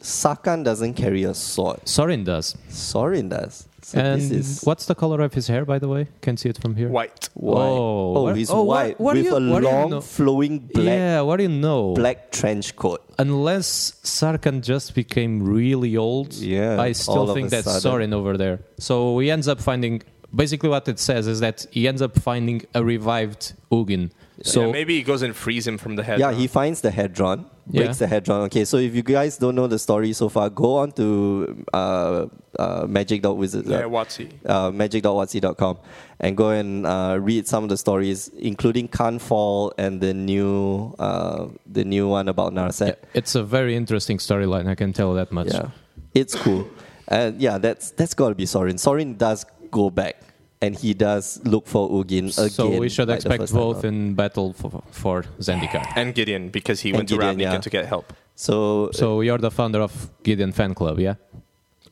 Sakan doesn't carry a sword. Sorin does. Sorin does. So and this is what's the color of his hair, by the way? Can see it from here. White. white. Whoa. Oh, What- he's oh, what- white what do with you- a what do you long, know? flowing black Yeah, what do you know? black trench coat. Unless Sarkhan just became really old, Yeah, I all still of think a that's sudden. Sorin over there. So he ends up finding. Basically, what it says is that he ends up finding a revived Ugin. So yeah, maybe he goes and frees him from the head. Yeah, huh? he finds the hedron, breaks Yeah. the hedron. Okay, so if you guys don't know the story so far, go on to uh, uh, magic.wizard. Yeah, Watsy. uh, magic.watsy.com and go and uh, read some of the stories, including Can't Fall and the new uh, the new one about Narset. it's a very interesting storyline. I can tell that much. Yeah, it's cool. And yeah, that's that's got to be Sorin. Sorin does go back, and he does look for Ugin again. So we should like the expect first time both round. in battle for, for Zendikar. And Gideon, because he And went Gideon, to Ravnica yeah. to get help. So, So you're the founder of Gideon Fan Club, yeah?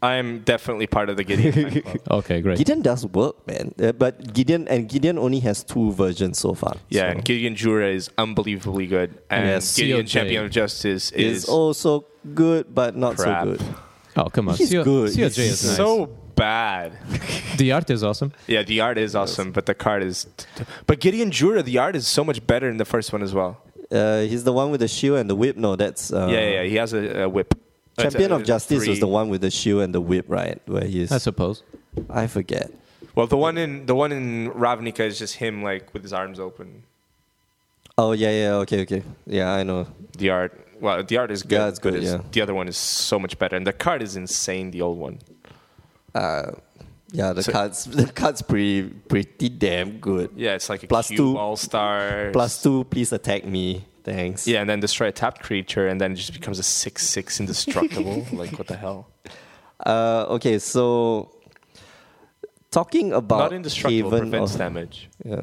I'm definitely part of the Gideon fan club. Okay, great. uh, Gideon does work, man. Uh, but Gideon and Gideon only has two versions so far. Yeah, so. and Gideon Jura is unbelievably good. And Yes. Gideon COJ. Champion of Justice is is, also good, but not Crap. so good. Oh come on, He's CO- good. COJ He's is nice. so bad. the art is awesome. Yeah, the art is awesome, but the card is. But Gideon Jura, the art is so much better in the first one as well. Uh, he's the one with the shield and the whip. No, that's uh, yeah, yeah, yeah, he has a, a whip. It's Champion a- of Justice was three- the one with the shield and the whip, right? Where he's I suppose. I forget. Well, the one in the one in Ravnica is just him like with his arms open. Oh yeah, yeah, okay, okay, yeah, I know. The art, well, the art is good. Yeah, it's but good, yeah. The other one is so much better, and the card is insane. The old one. Uh, yeah, the So- cards, the cards pretty pretty damn good. Yeah, it's like a Plus cube two- all star. Plus two, please attack me. Thanks. Yeah, and then destroy a tapped creature, and then it just becomes a six six indestructible. like what the hell? Uh, okay, so talking about Not indestructible Haven prevents of- damage. Yeah.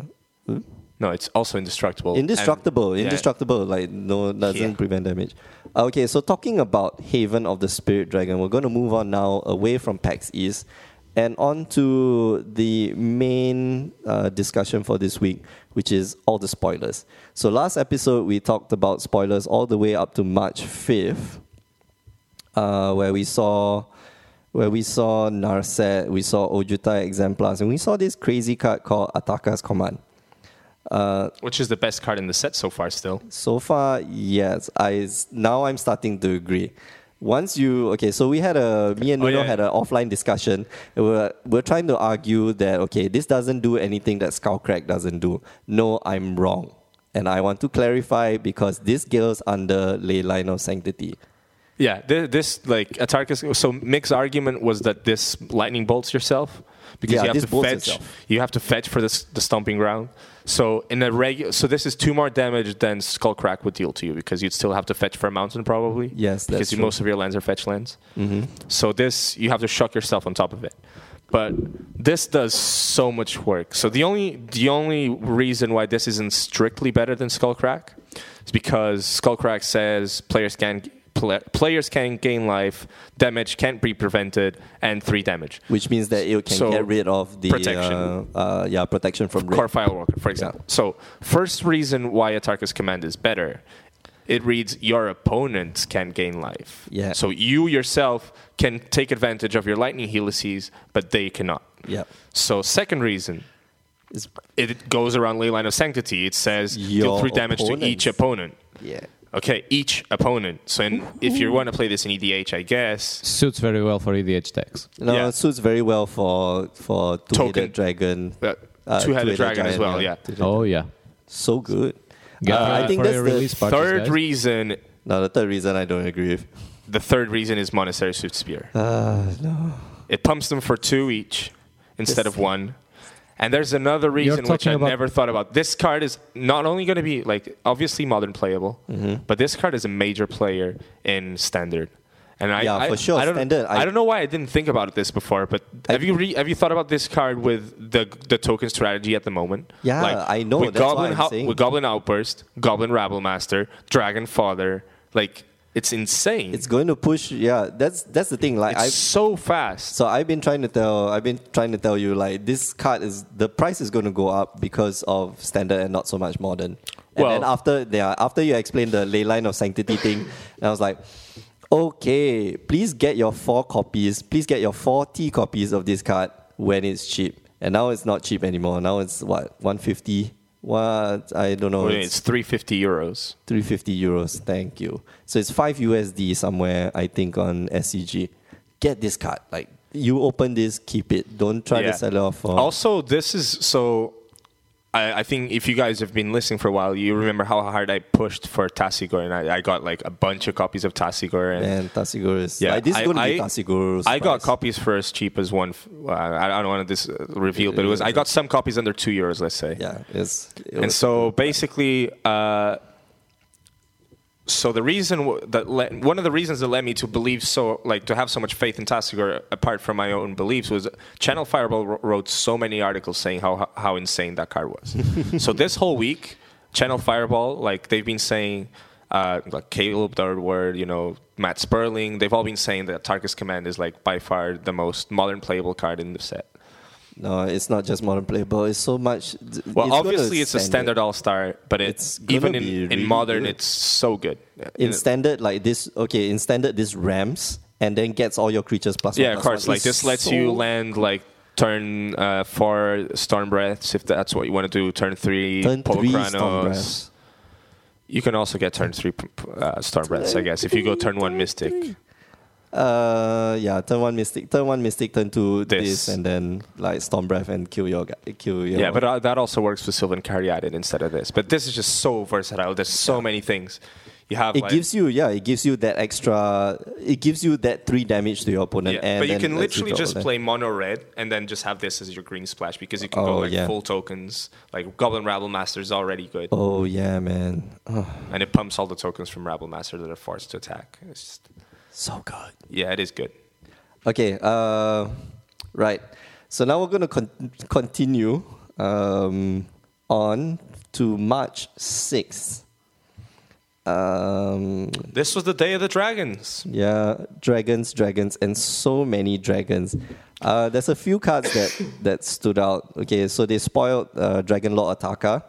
No, it's also indestructible. and- Indestructible, yeah. indestructible, like no doesn't Yeah. prevent damage. Uh, Okay, so talking about Haven of the Spirit Dragon, we're going to move on now away from PAX East and on to the main uh, discussion for this week, which is all the spoilers. So last episode we talked about spoilers all the way up to March fifth, uh, where we saw. Where we saw Narset, we saw Ojuta Exemplars, and we saw this crazy card called Ataka's Command. Uh, Which is the best card in the set so far? Still, so far, yes. I s- now I'm starting to agree. Once you okay, so we had a me and Oh, Nuno yeah. had an offline discussion. We We're we we're trying to argue that okay, this doesn't do anything that Skullcrack doesn't do. No, I'm wrong, and I want to clarify because this girl's under ley line of sanctity. yeah. This, this like Atarkas. So Mick's argument was that this lightning bolts yourself because Yeah, you have this to bolts fetch. itself. You have to fetch for this the stomping ground. So in a regular, so this is two more damage than Skullcrack would deal to you because you'd still have to fetch for a mountain probably. Yes, that's true. because you- Mm-hmm. most of your lands are fetch lands. So this you have to shock yourself on top of it. But this does so much work. So the only the only reason why this isn't strictly better than Skullcrack is because Skullcrack says players can pla players can gain life, damage can't be prevented, and three damage. Which means that it can So, get rid of the protection. Uh, uh, yeah protection from raid. Core file walker, for example. So, first reason why Atarka's command is better, it reads your opponent can gain life. Yeah. So you yourself can take advantage of your lightning helices, but they cannot. Yeah. So, second reason, It's- it goes around ley line of sanctity. It says deal Your three damage to each opponent. yeah. Okay, each opponent. So, in, if you want to play this in EDH, I guess Suits very well for E EDH decks. No, Yeah. it suits very well for for two-headed Token. dragon. uh, uh, two-headed two-headed dragon as giant, well. yeah. Oh yeah. so good. Uh, Get ready I think for that's your the release parties, Third guys. reason, no. The third reason I don't agree with. the third reason is Monastery Swift Spear. Uh, no. It pumps them for two each instead of one. And there's another reason which talking I about- never thought about. This card is not only going to be like obviously modern playable, Mm-hmm. but this card is a major player in standard. And I, Yeah, I- for sure, I don't, standard, I, I- don't know why I didn't think about this before, but I- have you re, have you thought about this card with the the token strategy at the moment? Yeah, I know, With that's why Goblin, I'm saying. with Goblin Outburst, Goblin Rabble Master, Dragon Father, like it's insane. It's going to push. Yeah, that's that's the thing. Like It's I, so fast. so I've been trying to tell. I've been trying to tell you like this card is the price is going to go up because of standard and not so much modern. And Well- then after yeah, after you explained the ley line of sanctity thing, and I was like. Okay, please get your four copies. Please get your 40 copies of this card when it's cheap. And now it's not cheap anymore. Now it's what? 150? What? I don't know. I mean, Oh, it's 350 euros. 350 euros. Thank you. So it's 5 USD somewhere, I think, on SCG. Get this card. Like, you open this, keep it. Don't try Yeah. to sell it off for. Also, this is so. I, I think if you guys have been listening for a while, you remember how hard I pushed for Tassigor, and I, I got like a bunch of copies of Tassigor. And and Tassiguru is. yeah, like, this is I- going to I- be Tassiguru's. I got price. copies for as cheap as one. f- well, I, I don't want to dis- uh, reveal, but it was I got some copies under two euros, let's say. Yeah, it's. it And was- so basically, uh, so the reason w- that le- one of the reasons that led me to believe so, like to have so much faith in Tassigor, apart from my own beliefs, was Channel Fireball wr- wrote so many articles saying how how insane that card was. so this whole week, Channel Fireball, like they've been saying, uh, like Caleb Dardward, you know, Matt Sperling, they've all been saying that Tarkus Command is like by far the most modern playable card in the set. no, it's not just modern playable. It's so much. th- Well, gonna obviously it's a standard all star, but it's, It's gonna even in, be in really modern, good. it's so good. In standard, like this. Okay, in standard, this ramps and then gets all your creatures plus one, yeah, of plus one. course. Like It's this lets so- you land like turn uh, four storm breaths if that's what you want to do. Turn three Turn three Polochronos. Storm Breaths. You can also get turn three uh, star breaths, I guess, if you go turn one mystic. Uh, yeah, turn one mystic, turn one mystic, turn two this, This. and then like storm breath and kill your guy, kill your. Yeah, but uh, that also works with Sylvan Caryatid instead of this. But this is just so versatile. There's so many things. You have it like, gives you yeah, it gives you that extra, it gives you that three damage to your opponent. Yeah, and but you then can let's literally redraw just that. play mono red and then just have this as your green splash because you can go Oh, like yeah. full tokens. Like Goblin Rabble Master is already good, Oh yeah, man, oh, and it pumps all the tokens from Rabble Master that are forced to attack. It's just, so good. yeah, it is good. Okay, uh, right. So now we're going to con- continue um, on to March 6th. Um, This was the day of the dragons. yeah, dragons, dragons, and so many dragons. Uh, there's a few cards that, that stood out. Okay, so they spoiled uh, Dragon Lord Ataka.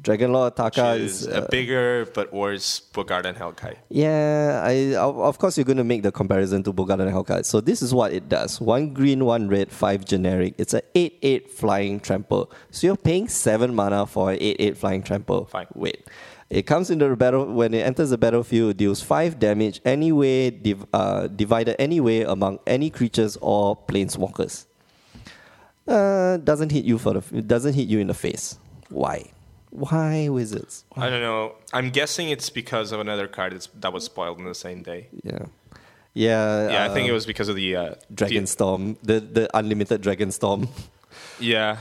Dragon Lord Ataka Which is, is uh, a bigger but worse Bogard and Hellkite. Yeah, I of of course you're going to make the comparison to Bogard and Hellcat. So this is what it does: one green, one red, five generic. It's a eight-eight flying trample. So you're paying seven mana for an eight-eight flying trample. Fine. Wait, it comes into the battle when it enters the battlefield. It deals five damage anyway, div, uh, divided anyway among any creatures or planeswalkers. Uh, doesn't hit you for the doesn't hit you in the face. Why? Why wizards? I don't know. I'm guessing it's because of another card that's, that was spoiled on the same day. Yeah. Yeah, Yeah, I think uh, it was because of the uh, Dragon the- Storm, the, the unlimited Dragon Storm. Yeah,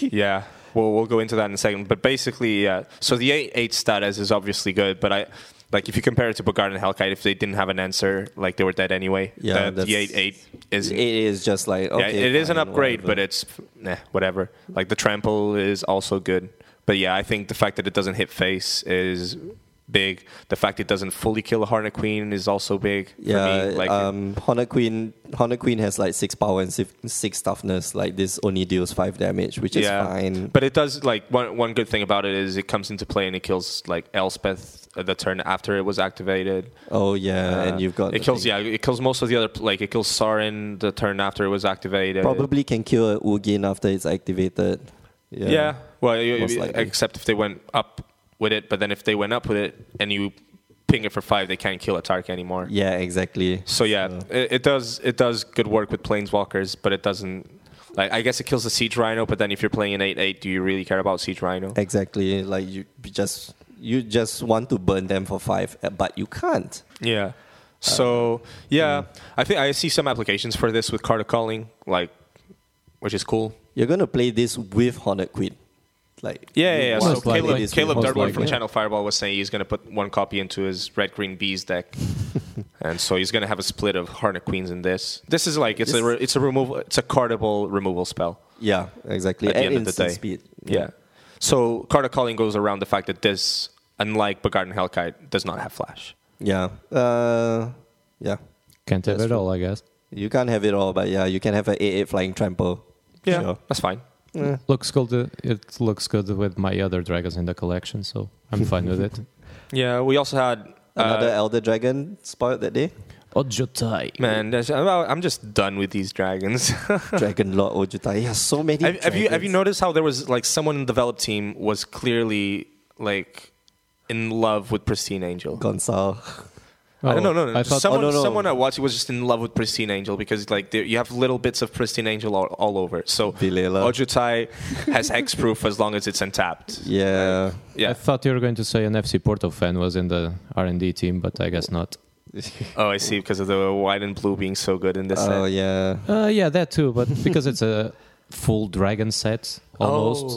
yeah. We'll we'll go into that in a second. But basically, yeah. So the eight eight status is obviously good, but I like if you compare it to Bogard and Hellkite, if they didn't have an answer, like they were dead anyway. Yeah, the, that's- the eight eight is. It is just like yeah, okay, it is an fine, upgrade, whatever. but it's nah, whatever. Like the trample is also good, but yeah, I think the fact that it doesn't hit face is big. The fact it doesn't fully kill a Harna Queen is also big. yeah, for me. like um, Honor Queen, Honor Queen has like six power and six, six toughness. Like this only deals five damage, which is fine. But it does like one one good thing about it is it comes into play and it kills like Elspeth uh, the turn after it was activated. oh yeah, Uh, and you've got it the kills thing. yeah it kills most of the other like it kills Sauron the turn after it was activated. Probably can kill a Ugin after it's activated. Yeah. yeah. Well, you- Most you- likely. except if they went up with it, but then if they went up with it and you ping it for five, they can't kill a Tark anymore. Yeah, exactly. So yeah, It, it does it does good work with planeswalkers, but it doesn't. Like I guess it kills the siege rhino, but then if you're playing an eight eight, do you really care about siege rhino? Exactly. Like you you just you just want to burn them for five, uh, but you can't. Yeah. So yeah, I think I see some applications for this with Carter calling, like, which is cool. You're gonna play this with Honor Queen. Like Yeah, yeah. you yeah. want So Most to play likely. this Caleb, with Caleb Most Dartwood from likely. Channel Fireball was saying he's going to put one copy into his Red Green Bees deck, and so he's going to have a split of Harna Queens in this. This is like it's This- a re- it's a removal it's a cardable removal spell. Yeah, exactly. at the And end of the instant day. speed. Yeah. So Carter calling goes around the fact that this, unlike Bogart and Hellkite, does not have flash. Yeah. Uh, yeah. Can't have That's it all, I guess. You can't have it all, but yeah, you can have an 8 8 flying trample. Yeah, Sure. that's fine. Looks good. uh, It looks good with my other dragons in the collection, so I'm fine with it. Yeah, we also had uh, Another Elder Dragon spoiled that day. Ojutai. Man, that's, I'm, I'm just done with these dragons. have, Dragon Lord Ojutai. Yeah, so many. have you have you dragons. noticed how there was like someone in the develop team was clearly like in love with Pristine Angel? Gonzal. I don't know, no, no. Oh, I thought, someone, oh, no, no. someone I watched was just in love with Pristine Angel because like there, you have little bits of Pristine Angel all, all over. So Vilela. Ojutai has hexproof as long as it's untapped. Yeah. I Yeah. thought you were going to say an FC Porto fan was in the R&D team, but I guess not. Oh, I see. Because of the white and blue being so good in this Oh, set. yeah. Uh, yeah, that too, but because it's a full dragon set almost.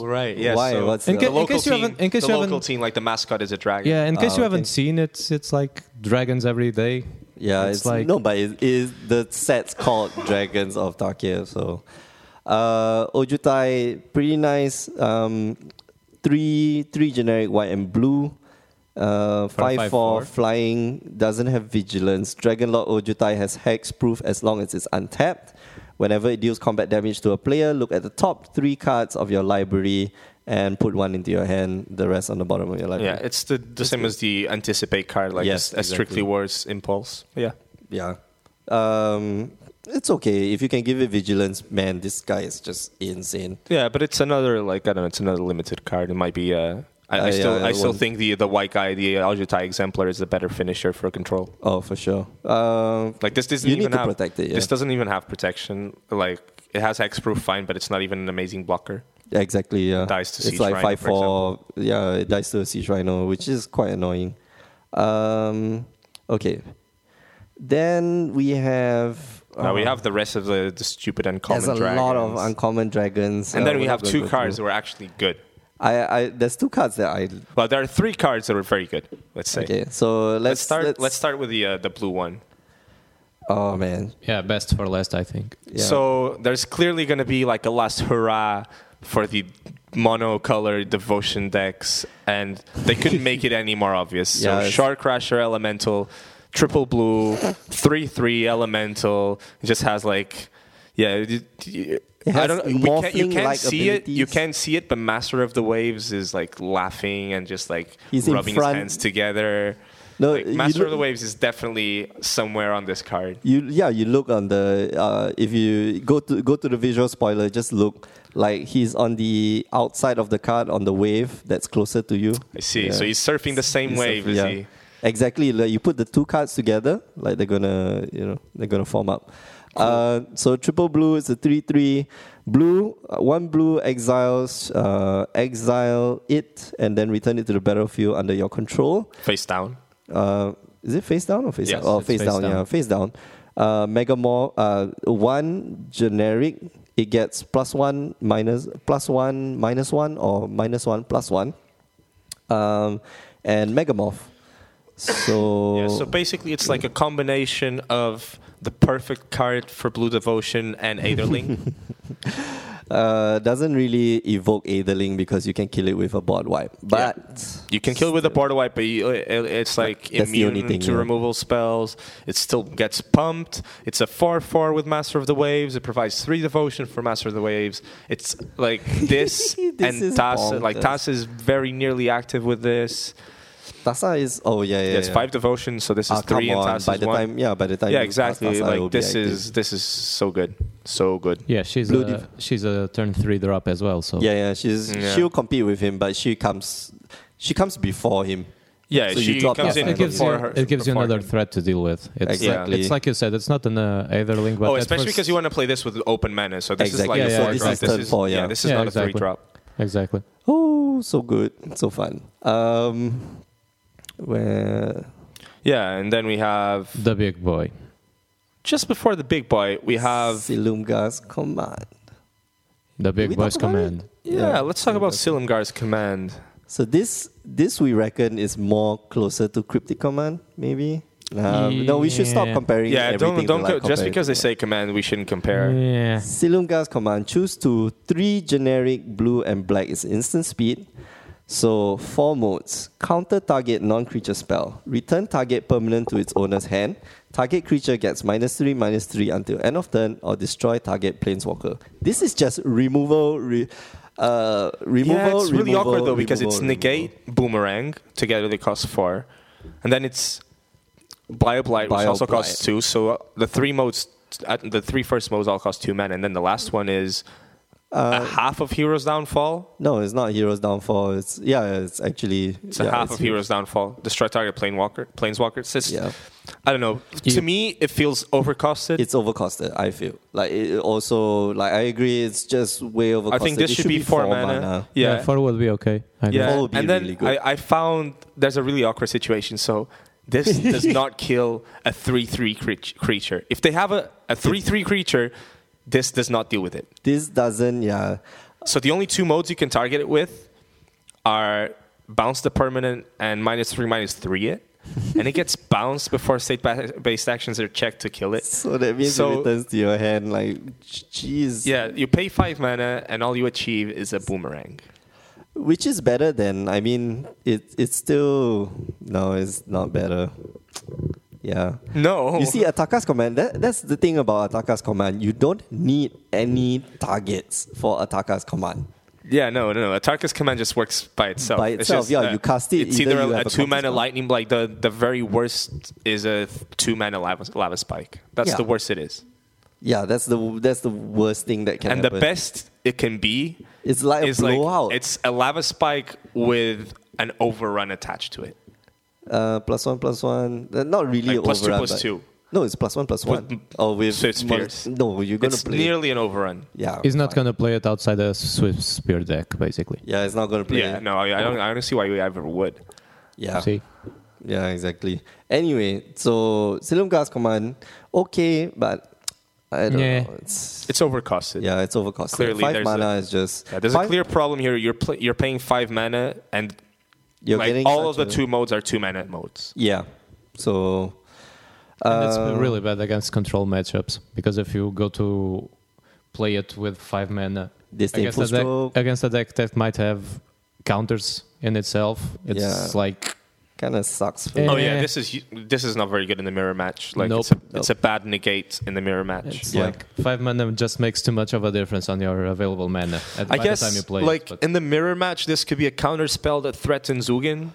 Oh, right. Yeah. Why? So What's the, In ca- in local case you team, haven't- in case the you local haven't- team, like the mascot is a dragon. Yeah, in case Ah, you okay. haven't seen it, it's like dragons every day. Yeah, it's, It's like- no, but it is the set's called Dragons of Tarkir. So, uh, Ojutai, pretty nice. Um, three, three generic white and blue. Uh, five, five, four, four. flying doesn't have vigilance. Dragon Lord Ojutai has hex proof as long as it's untapped. Whenever it deals combat damage to a player, look at the top three cards of your library and put one into your hand. The rest on the bottom of your Yeah, library. it's the, the same as the anticipate card, like Yes, a, a strictly exactly. worse impulse. Yeah. Yeah. Um, it's okay if you can give it vigilance. Man, this guy is just insane. Yeah, but it's another like I don't know, it's another limited card. It might be a I, I I, still, uh, I still one- think the the white guy, the Aljutai exemplar, is the better finisher for control. Oh, for sure. Um, Like this doesn't You need even to have protect it, yeah. This doesn't even have protection. Like it has hexproof, fine, but it's not even an amazing blocker. exactly. Yeah. dies to it's Siege like Rhino, five for four. Yeah, it dies to a siege rhino, which is quite annoying. Um, okay. Then we have. now we uh, have the rest of the, the stupid uncommon There's a dragons. lot of uncommon dragons. and Uh, then we we're have not two gonna go cards that through. were actually good. I, I, there's two cards that I. Well, there are three cards that were very good. Let's say. Okay, so let's, Let's, start. Let's, start with the uh, the blue one. Oh man. Yeah, best for last, I think. Yeah. So there's clearly going to be like a last hurrah for the monocolor devotion decks, and they couldn't make it any more obvious. Yeah, so it's- Shark Crasher Elemental, triple blue, three three Elemental it just has like, yeah. It, it- It I has don't. We can't, you can't morphling-like see it. abilities. You can't see it, but Master of the Waves is like laughing and just like He's in rubbing his front. hands together. No, Like, you Master of look- the Waves is definitely somewhere on this card. You yeah, you look on the uh, if you go to go to the visual spoiler, just look like he's on the outside of the card on the wave that's closer to you. I see. Yeah. So he's surfing the same He's wave, surfing, is yeah. he? Exactly. Like you put the two cards together, like they're gonna you know they're gonna form up. Uh, so triple blue is a three three blue uh, one blue exiles uh, exile it and then return it to the battlefield under your control. Face down. uh, is it face down or face down? Yes, Oh, it's face, face down, down. Yeah, face down. Uh, Megamore, uh, one generic. It gets plus one, minus plus one, minus one, or minus one plus one. Um, and Megamorph. So, Yeah, so basically, it's like a combination of the perfect card for Blue Devotion and Aetherling. uh, doesn't really evoke Aetherling because you can kill it with a board wipe. But you can kill with a border wipe, but you, it- it's like That's the immune only thing, to yeah. removal spells. It still gets pumped. It's a 4 4 with Master of the Waves. It provides 3 Devotion for Master of the Waves. It's like this, This and is Tasa. Like, bonkers. Tasa is very nearly active with this. Tasa is oh yeah yeah. Yeah, it's yeah. 5 Devotion, so this is Ah, 3 come and on, Tasa by is the 1. time yeah by the time yeah, you cast exactly. Tasa, it will Like be this active. is this is so good, so good. Yeah, she's Blue a, div- she's a turn three drop as well. So Yeah, yeah. She's Yeah. she'll compete with him, but she comes she comes before him. Yeah, So you she drop comes that in it side. gives you, before her. it gives you before another him. threat to deal with. It's Exactly. like, it's like you said, it's not an uh, Aetherling. But oh, that especially was- because you want to play this with open mana, so this Exactly. is like Yeah, a yeah, four this drop. is this turn is four, yeah. this is Yeah, not a three exactly. drop. exactly. Oh, so good, so fun. Um, where Yeah, and then we have The big boy. just before the big boy, we have Silumga's command? The we big boy's talk about it? command. yeah. let's talk about Silumgar's command. So this this we reckon is more closer to cryptic command, maybe. Um, No, we should stop Yeah. comparing. Yeah, don't everything don't to, like, go, just compare it because to they say command, we shouldn't compare. Yeah. Silumga's command choose to three generic blue and black is instant speed. So four modes. Counter target non-creature spell. Return target permanent to its owner's hand. Target creature gets minus three, minus three until end of turn, or destroy target planeswalker. This is just removal, re, uh, removal. yeah, it's really removal, awkward though because removal, it's removal. negate boomerang together they cost four, and then it's bioblight which also Bioblight. costs two. So uh, the three modes, uh, the three first modes all cost two men, and then the last one is a half of hero's downfall. No, it's not hero's downfall. It's yeah, it's actually It's a half of hero's downfall. Destroy target planewalker, planeswalker. It's just, Yeah. I don't know. You- to me, it feels overcosted. It's overcosted. I feel like it also like I agree. It's just way overcosted. I think this It should, be, four mana. Yeah. Yeah, four would be okay. I Yeah, Four would be and then really good. I, I found there's a really awkward situation. So this does not kill a three-three creat- creature. If they have a a three-three creature, this does not deal with it. This doesn't. Yeah, So the only two modes you can target it with are bounce the permanent and minus three minus three it, and it gets bounced before state-based actions are checked to kill it. so that means So- it returns to your hand. Like, jeez. Yeah, you pay five mana, and all you achieve is a boomerang. Which is better than? I mean, it it's still no, it's not better. Yeah. No, You see, Ataka's command. That, that's the thing about Ataka's command. You don't need any targets for Ataka's command. Yeah, no, no, no. A Tarkus command just works by itself. By It's itself, just, yeah, you cast it, It's either either, you a, have a two mana counterspell. lightning, like the the very worst is a th- two mana lava, lava spike. That's Yeah. the worst it is, Yeah, that's the that's the worst thing that can and happen. the best it can be It's like a is like blowout. it's a lava spike with an overrun attached to it. Uh, plus one, plus one. Uh, not really Like plus two, overrun, plus but- two. No, it's plus one, plus one. Oh, with so it's mon- fierce. No, you're gonna it's play. nearly an overrun. yeah, He's not fine. going to play it outside a Swift Spear deck, basically. Yeah, it's not gonna play. Yeah, no, I, I don't. I don't see why you ever would. Yeah. See? Yeah, exactly. Anyway, so Silum Gas Command, okay, but I don't Yeah. know. It's It's overcosted. yeah, it's overcosted. Clearly five there's mana is just Yeah, there's five- a clear problem here. You're pl- you're paying five mana, and You're like getting all of the such a- two modes are two mana modes. Yeah, so And it's uh, really bad against control matchups because if you go to play it with five mana against Disdainful a, deck, Stroke. against a deck that might have counters in itself, it's Yeah. like kind of sucks. For Eh. Oh yeah, this is this is not very good in the mirror match. Like Nope. it's, a, it's a bad negate in the mirror match. it's Yeah. like five mana just makes too much of a difference on your available mana at I by guess the time you play. it, like but- in the mirror match, this could be a counter spell that threatens Ugin.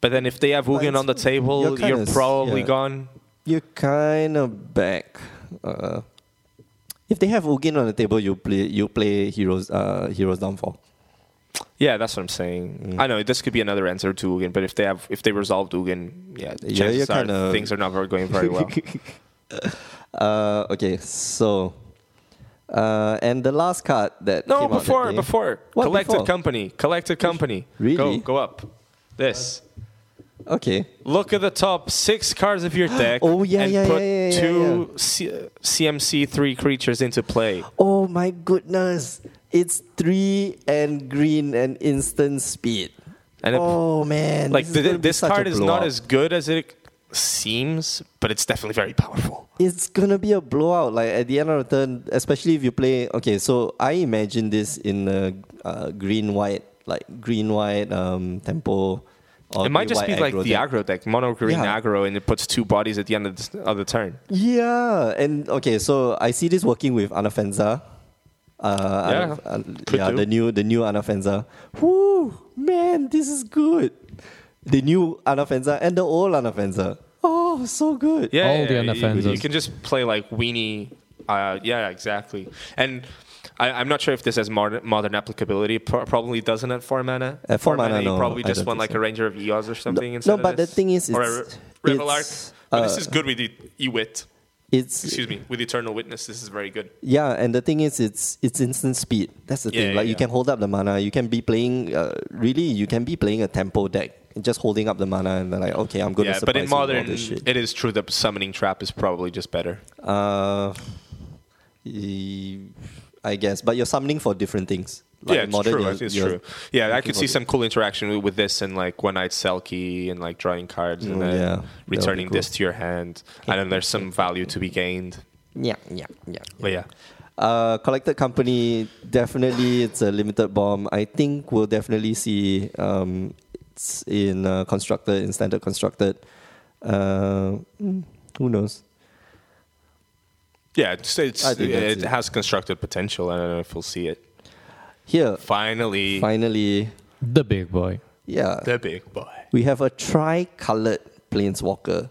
But then if they have Ugin it's- on the table, you're you're, kinda s- probably yeah. gone. You're kind of back. Uh, if they have Ugin on the table, you play you play heroes uh, heroes downfall. Yeah, that's what I'm saying. Mm. I know this could be another answer to Ugin, but if they have if they resolve Ugin, yeah, Yeah, chances you're are kinda- things are not very going very well. Uh, okay, so uh, and the last card that No, came out that before day- before What collected before? company, collected company. Really? Go go up. This. Okay, Look at the top six cards of your deck. Oh, yeah, and yeah, put yeah, yeah, yeah, two C- CMC three creatures into play. Oh my goodness. It's three and green and instant speed. And it- oh man. like this, is th- gonna be this such a card is not blowout. as good as it seems, but it's definitely very powerful. it's gonna be a blowout. Like at the end of the turn, especially if you play okay, so I imagine this in a uh, green white like green white um tempo or it might green, just white be like aggro the deck. aggro deck, mono green Yeah. aggro, and it puts two bodies at the end of the, s- of the turn. Yeah, and okay, so I see this working with Anafenza. Uh, Yeah, Anaf- uh, could yeah do. the new the new Anafenza. Woo, man, this is good. The new Anafenza and the old Anafenza. Oh, so good. Yeah, All yeah, the yeah, you- You, unoffenders. can just play like weenie. Uh, yeah, exactly. And I, I'm not sure if this has modern, modern applicability. Pro- probably doesn't at four mana. At four mana, you no, probably I just don't want think like so. a ranger of Eos or something. no, instead of but the this. thing is, or it's- a Re- Revelark. it's, But uh, this is good with e- Ewit. It's Excuse me, with Eternal Witness. This is very good. yeah, and the thing is, it's it's instant speed. That's the Yeah, thing. yeah, like you yeah. can hold up the mana. You can be playing. Uh, really, you can be playing a tempo deck, and just holding up the mana, and they're like, okay, I'm gonna. Yeah, but in surprise you with all modern, this shit. it is true that Summoning Trap is probably just better. Uh, y- I guess, but you're summoning for different things. yeah, it's modern, true. you're- It's you're true. Yeah, I looking could for see di- some cool interaction with- with this and like one eyed Selkie and like drawing cards Mm, and then yeah, that would be returning cool. this to your hand. And then there's some value to be gained. Yeah, yeah, yeah. But yeah, Uh, collected company definitely it's a limited bomb. I think we'll definitely see um, it's in uh, constructed in standard constructed. Uh, mm, who knows? yeah, it's, it's, I think that's it it. has constructed potential. I don't know if we'll see it. Here, Finally, finally, the big boy. yeah, the big boy. we have a tri-colored planeswalker.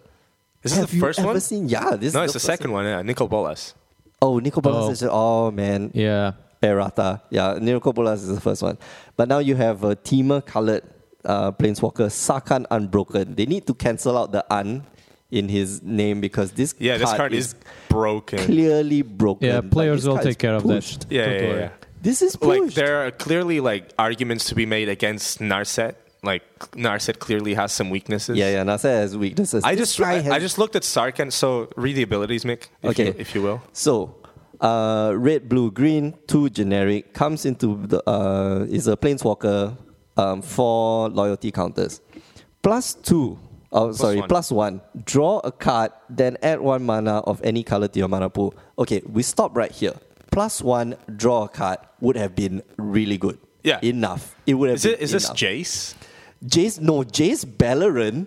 Is this have the first you one? Ever seen? Yeah, this. no, is it's the first second one. Yeah, Nicol Bolas. Oh, Nico Bolas Oh. is oh man, Yeah. Errata. Yeah, Nico Bolas is the first one. But now you have a teamer colored uh, planeswalker, Sakan Unbroken. They need to cancel out the un in his name because this Yeah, card this card is, broken. clearly broken. Yeah, Like, players this will card is take care of pushed. that. Yeah, Don't yeah, yeah, worry. yeah. This is Oh, pushed. Like there are clearly like arguments to be made against Narset. Like Narset clearly has some weaknesses. yeah, yeah, Nasa has weaknesses. I This just guy I, has I just looked at Sarkhan. So read the abilities, Mick. If Okay. you, if you will. So, uh, red, blue, green, two generic comes into the uh, is a planeswalker um, for loyalty counters. Plus two. Oh, sorry, one. plus one. Draw a card, then add one mana of any color to your mana pool. Okay, we stop right here. Plus one, draw a card would have been really good. Yeah. enough. It would have. Is been it is this enough. Jace? Jace, no, Jace Bellerin.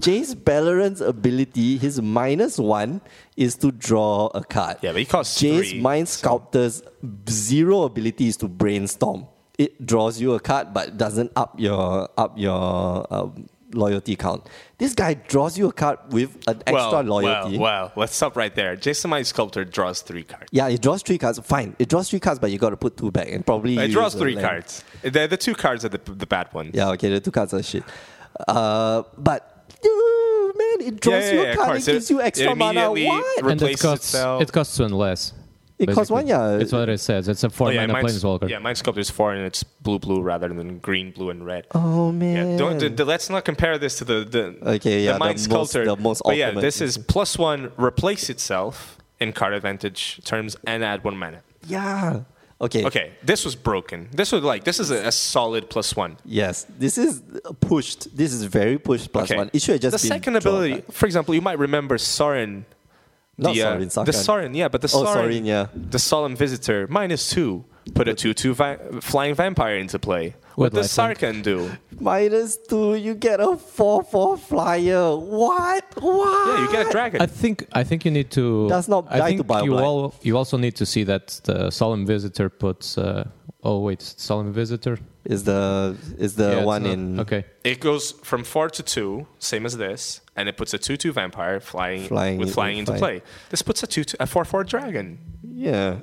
Jace Bellerin's ability, his minus one, is to draw a card. Yeah, but he costs Jace three, Mind Sculptor's zero ability is to brainstorm. It draws you a card, but doesn't up your up your um, loyalty count. This guy draws you a card with an extra loyalty. Well, well, let's stop right there. Jason my sculptor draws three cards. Yeah, it draws three cards. Fine, it draws three cards, but you got to put two back, and probably It you draws use a three land. cards. The, the two cards are the, the bad ones. Yeah, okay, the two cards are shit. Uh, but dude, man, it draws yeah, you yeah, a of card. It course. gives It- you extra it mana. immediately What? re- and it replaces costs itself. it costs one less. It costs one, yeah. That's what it says. It's a four Oh, yeah, mana mine's, planeswalker. yeah, mine sculptor is four, and it's blue, blue rather than green, blue, and red. Oh man. Yeah, don't, d d- let's not compare this to the the Okay, yeah, the the mind most- sculptor. the most but yeah, ultimate. this is plus one replace itself in card advantage terms and add one mana. yeah. Okay. Okay, this was broken. This was like this is a, a solid plus one. Yes, this is pushed. This is very pushed plus Okay, one. It should have just the been second drawn ability. back. For example, you might remember Sorin. Not the, uh, Sorin, Sarkhan. the Sorin, yeah, but the Oh, Sorin, Sorin, yeah. the Solemn Visitor minus two put a two-two vi- flying vampire into play. What, What do does I think? Sarkhan do? Minus two, you get a four four flyer. What? What? Yeah, you Ah, get a dragon. I think I think you need to. That's not I die think to buy a you blind. all you also need to see that the solemn visitor puts. Uh, oh wait, solemn visitor. Is the is the Yeah, it's one not- in okay. It goes from four to two, same as this, and it puts a two-two vampire flying, Flying with in- flying into flying. play. This puts a two-two, a four-four dragon. yeah.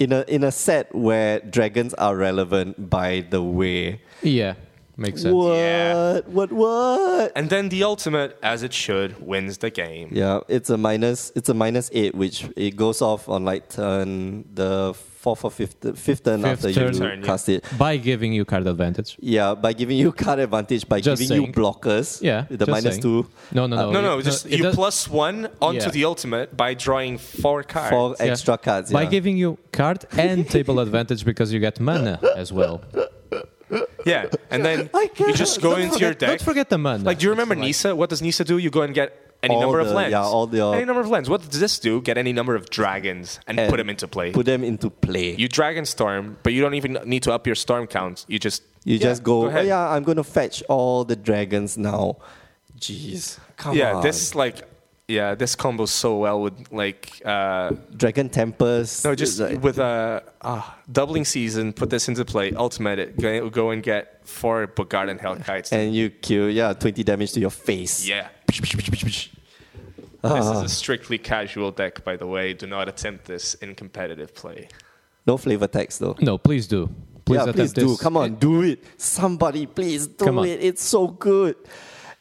In a in a set where dragons are relevant by the way. Yeah, makes sense. What? Yeah. What? What? And then the ultimate, as it should, wins the game. Yeah, it's a minus. It's a minus eight, which it goes off on like turn the fourth or fifth, fifth turn Fifth after turn. you Turn, yeah. cast it. By giving you card advantage. Yeah, by giving you card advantage by Just giving saying. you blockers. Yeah, the just minus saying. two. uh, No, no, no. No, you- no, just it you does- plus one onto Yeah. the ultimate by drawing four cards. Four yeah. extra cards. By yeah. giving you card and table advantage because you get mana as well. Yeah, and then I you can't- just go don't into forget- your Don't deck. forget the mana. Like, do you It's remember Nisa? What does Nisa do? You go and get any All number of the- lands. yeah, all the- uh, any number of lands. What does this do? Get any number of dragons and, And put them into play. Put them into play. you dragon storm, but you don't even need to up your storm counts. You just You Yeah, just go, go oh ahead. yeah, I'm going to fetch all the dragons now. Jeez. Come yeah. on. This is like yeah. This combos so well with like uh, Dragon Tempest. no, just is like- with a uh, doubling season. Put this into play. Ultimate it. Go, go and get four Bogart and Hellkites. And you kill, yeah, 20 damage to your face. yeah. Ah. This is a strictly casual deck, by the way. Do not attempt this in competitive play. No flavor text though. No, please do. Please yeah, attempt please do. this. Come on, do it. Somebody, please do eh, Come on. it. It's so good.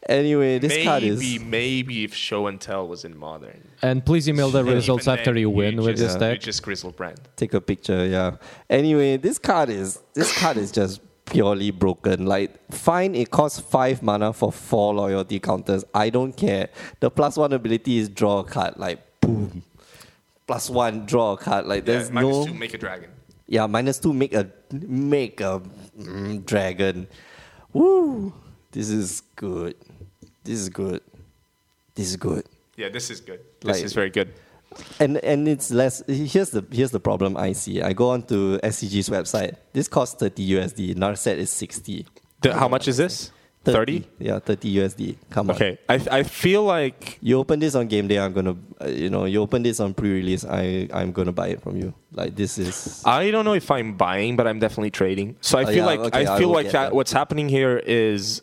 Anyway, this maybe, card is. maybe if Show and Tell was in Modern. And please email the Even results then, after you win with just, this You deck. just Grizzlebrand. Take a picture, yeah. Anyway, this card is this card is just purely broken. Like fine, it costs five mana for four loyalty counters. I don't care. The plus one ability is draw a card, like boom. Plus one, draw a card. Like there's yeah, minus no two, make a dragon. Yeah, minus two make a make a mm, dragon. Woo! This is good. This is good. This is good. Yeah, this is good. This Like- is very good. And and it's less. Here's the here's the problem I see. I go on to SCG's website. This costs thirty USD. Narset is sixty. how much is this? 30? Yeah, thirty USD. Come on. Okay. I, I feel like. You open this on game day. I'm gonna, uh, you know, you open this on pre-release. I I'm gonna buy it from you. Like this is. I don't know if I'm buying, but I'm definitely trading. So I Oh, feel yeah, like okay, I I feel will like get that, that. what's happening here is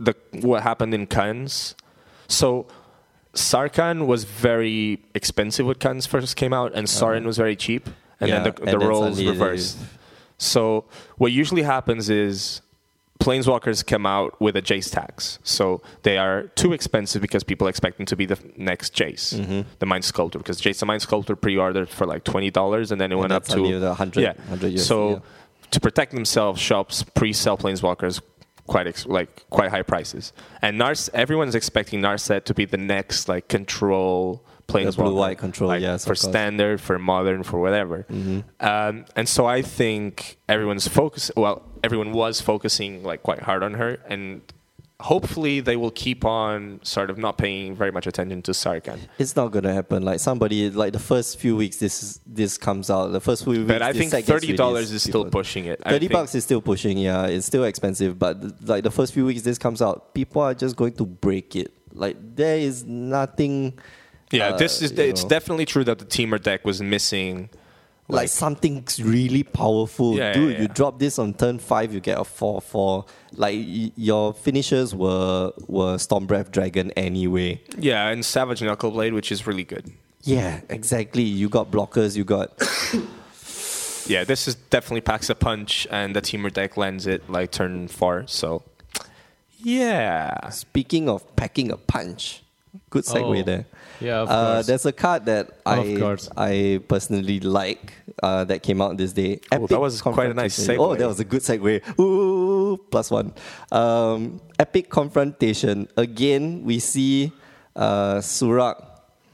the what happened in Cannes. So Sarkhan was very expensive when Cannes first came out, and Sorin was very cheap, and Uh-huh. Yeah, then the, the and then roles suddenly they- reversed. So what usually happens is planeswalkers come out with a Jace tax. So they are too expensive because people expect them to be the f- next Jace, Mm-hmm. the Mind Sculptor, because Jace the Mind Sculptor pre-ordered for like twenty dollars, and then it went up that's to under the 100 Yeah. 100 USD, so yeah. to protect themselves, shops pre-sell planeswalkers quite ex- like quite high prices. And Nars, everyone's expecting Narset to be the next like control planeswalker, blue-white control, like, yes, for of course. Mm-hmm. standard, for modern, for whatever. Um, and so I think everyone's focus. Well, everyone was focusing like quite hard on her, and hopefully they will keep on sort of not paying very much attention to Sarkhan. It's not gonna happen. Like somebody, like the first few weeks, this is, this comes out. The first few weeks, But I this think set gets thirty dollars released, is still people- pushing it. I Thirty think- bucks is still pushing. Yeah, it's still expensive. But like the first few weeks, this comes out, people are just going to break it. Like there is nothing. Yeah, uh, this is you it's know. definitely true that the teamer deck was missing Like, something's really powerful, Yeah, dude. yeah, yeah. You drop this on turn five, you get a four four. Like y- your finishers were were Storm Breath Dragon anyway. Yeah, and Savage Knuckleblade, which is really good. Yeah, exactly. You got blockers. You got Yeah, this is definitely packs a punch, and the teamer deck lends it like turn four. So, yeah, Speaking of packing a punch, good segue Oh, there. yeah, of uh, course. There's a card that Of I course. I personally like uh, that came out this day. Oh, that was quite a nice Confrontation. Oh, segue. that was a good segue. Ooh, plus one. Um, epic confrontation. Again, we see uh, Surak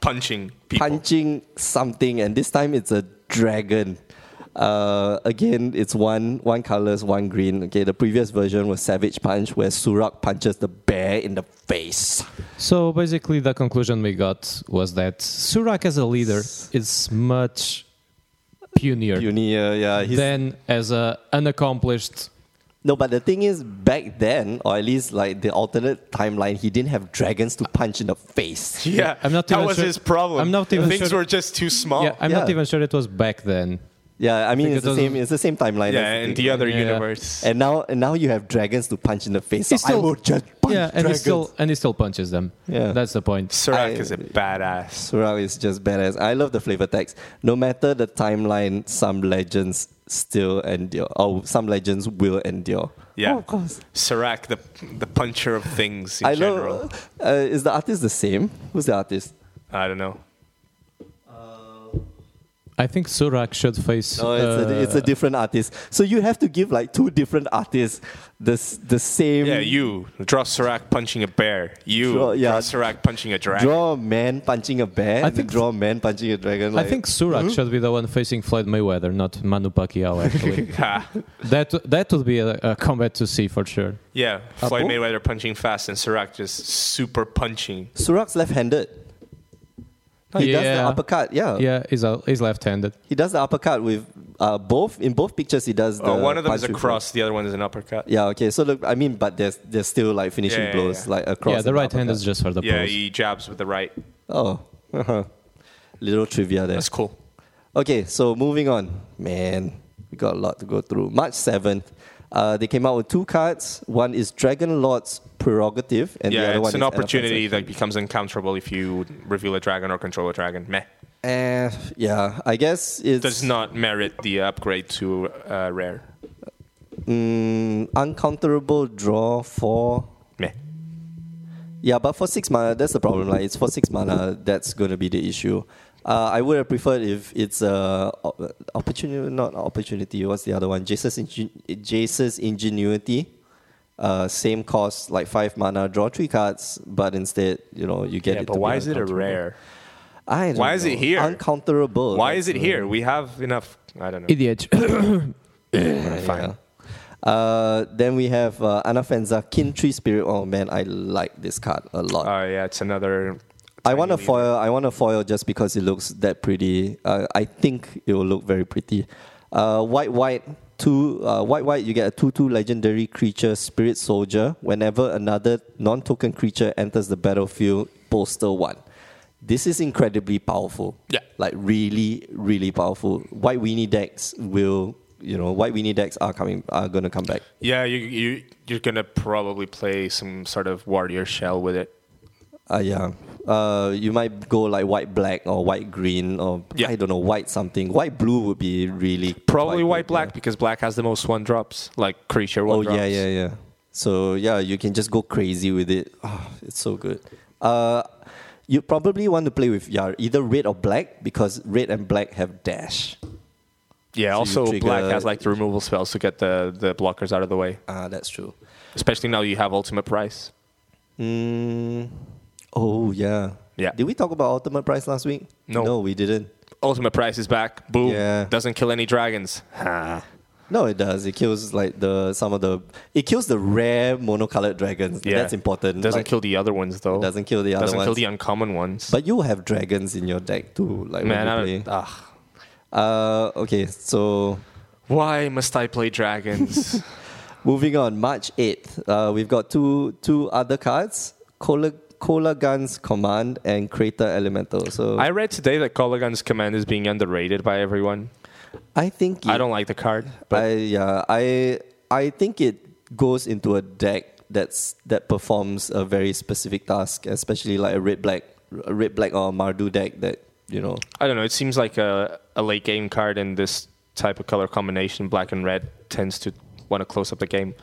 punching people. punching something, and this time it's a dragon. Uh, again, it's one one colors, one green. Okay, the previous version was Savage Punch, where Surak punches the bear in the face. So basically, the conclusion we got was that Surak as a leader is much punier Uni, uh, yeah. He's, than as a unaccomplished. no, but the thing is, back then, or at least like the alternate timeline, he didn't have dragons to punch in the face. Yeah, I'm not that even was sure- his problem. I'm not even Things sure- were just too small. yeah, I'm not Oh, yeah. even sure it was back then. Yeah, I mean, Because it's the those- same. It's the same timeline. Yeah, that's the and thing. the other Yeah. universe. And now, and now you have dragons to punch in the face. So He still- I will just punch yeah, and he dragons. still and he still punches them. Yeah. that's the point. Surak I- is a badass. Surau is just badass. I love the flavor text. No matter the timeline, some legends still endure. Or some legends will endure. Yeah, Oh, of course. Surak, the the puncher of things in I general. love. Uh, is the artist the same? Who's the artist? I don't know. I think Surak should face. No, it's, a, it's a uh, different artist. So you have to give like two different artists the s- the same. Yeah, you draw Surak punching a bear. You Draw- draw, yeah. Surak punching a dragon. draw a man punching a bear. I and think- draw a man punching a dragon. I like- think Surak Mm-hmm. should be the one facing Floyd Mayweather, not Manu Pacquiao. Actually, Ha. that that would be a, a combat to see for sure. yeah, Apo? Floyd Mayweather punching fast and Surak just super punching. Surak's left-handed. He does the Oh, Yeah. uppercut. Yeah. Yeah, he's a, he's left-handed. He does the uppercut with uh, both in both pictures. He does. The Oh, one of them is punch with a both. cross, the other one is an uppercut. Yeah, okay. So look, I mean, but there's there's still like finishing Yeah, yeah, blows yeah. like across. yeah, the and right hand uppercut. is just for the Yeah, pose. he jabs with the right. Oh, uh-huh. little trivia there. That's cool. Okay, so moving on, man, we got a lot to go through. March seventh, uh, they came out with two cards. One is Dragon Lord's Prerogative, and the yeah, other one it's an is opportunity Elephant's that becomes uncounterable if you reveal a dragon or control a dragon. Meh. Action. Uh, yeah, I guess it's Does not merit the upgrade to uh, rare. mm, uncounterable draw for. Meh. Yeah, but for six mana, that's the problem. Like, it's for six mana. That's gonna be the issue. Uh, I would have preferred if it's a opportunity, not opportunity. What's the other one? Jace's, Ingen- Jace's ingenuity. Uh, same cost, like five mana, draw three cards, but instead, you know, you get Yeah, it. but to be why is it a uncounterable. rare? I don't Why is know. it here? Uncounterable. Why That's is it the- here? We have enough. I don't know. Idiot. Yeah, Fine. yeah. Uh, then we have uh, Anafenza, Kin Tree Spirit. Oh man, I like this card a lot. Oh yeah, it's another. I want a tiny leader. foil. I want a foil just because it looks that pretty. Uh, I think it will look very pretty. Uh, white, white, two, uh, white, white. You get a two-two legendary creature, Spirit Soldier. Whenever another non-token creature enters the battlefield, bolster one. This is incredibly powerful. Yeah. like really, really powerful. White weenie decks will, you know, white weenie decks are coming, are gonna come back. Yeah, you you you're gonna probably play some sort of warrior shell with it. Uh, yeah. Uh, you might go like white black or white green or Yeah. I don't know white something. White blue would be really Probably quite white good, black because black has the most one drops, like creature one yeah. Oh drops. yeah, yeah, yeah. So yeah, you can just go crazy with it. Ah, it's so good. Uh, you probably want to play with yeah either red or black because red and black have dash. Yeah, So you also trigger- black has like the removal spells to get the the blockers out of the way. Ah, that's true. Especially now you have ultimate price. Mm, oh yeah. Yeah. Did we talk about ultimate price last week? No. No, we didn't. Ultimate price is back. Boom. Yeah. Doesn't kill any dragons. No, it does. It kills like the some of the it kills the rare monocolored dragons. Yeah. That's important. Doesn't Like, kill the other ones though. doesn't kill the other Doesn't kill ones. the uncommon ones. But you have dragons in your deck too, like Man, when I you don't, play. ah, Uh, okay, so why must I play dragons? moving on, March eighth, uh, we've got two two other cards: Cola Cola Guns Command and Crater Elemental. So I read today that Colligan's command is being underrated by everyone. I think I it- don't like the card, but I yeah, I I think it goes into a deck that's that performs a very specific task, especially like a red black a red black or Mardu deck that you know. I don't know. It seems like a, a late game card, and this type of color combination, black and red, tends to want to close up the game.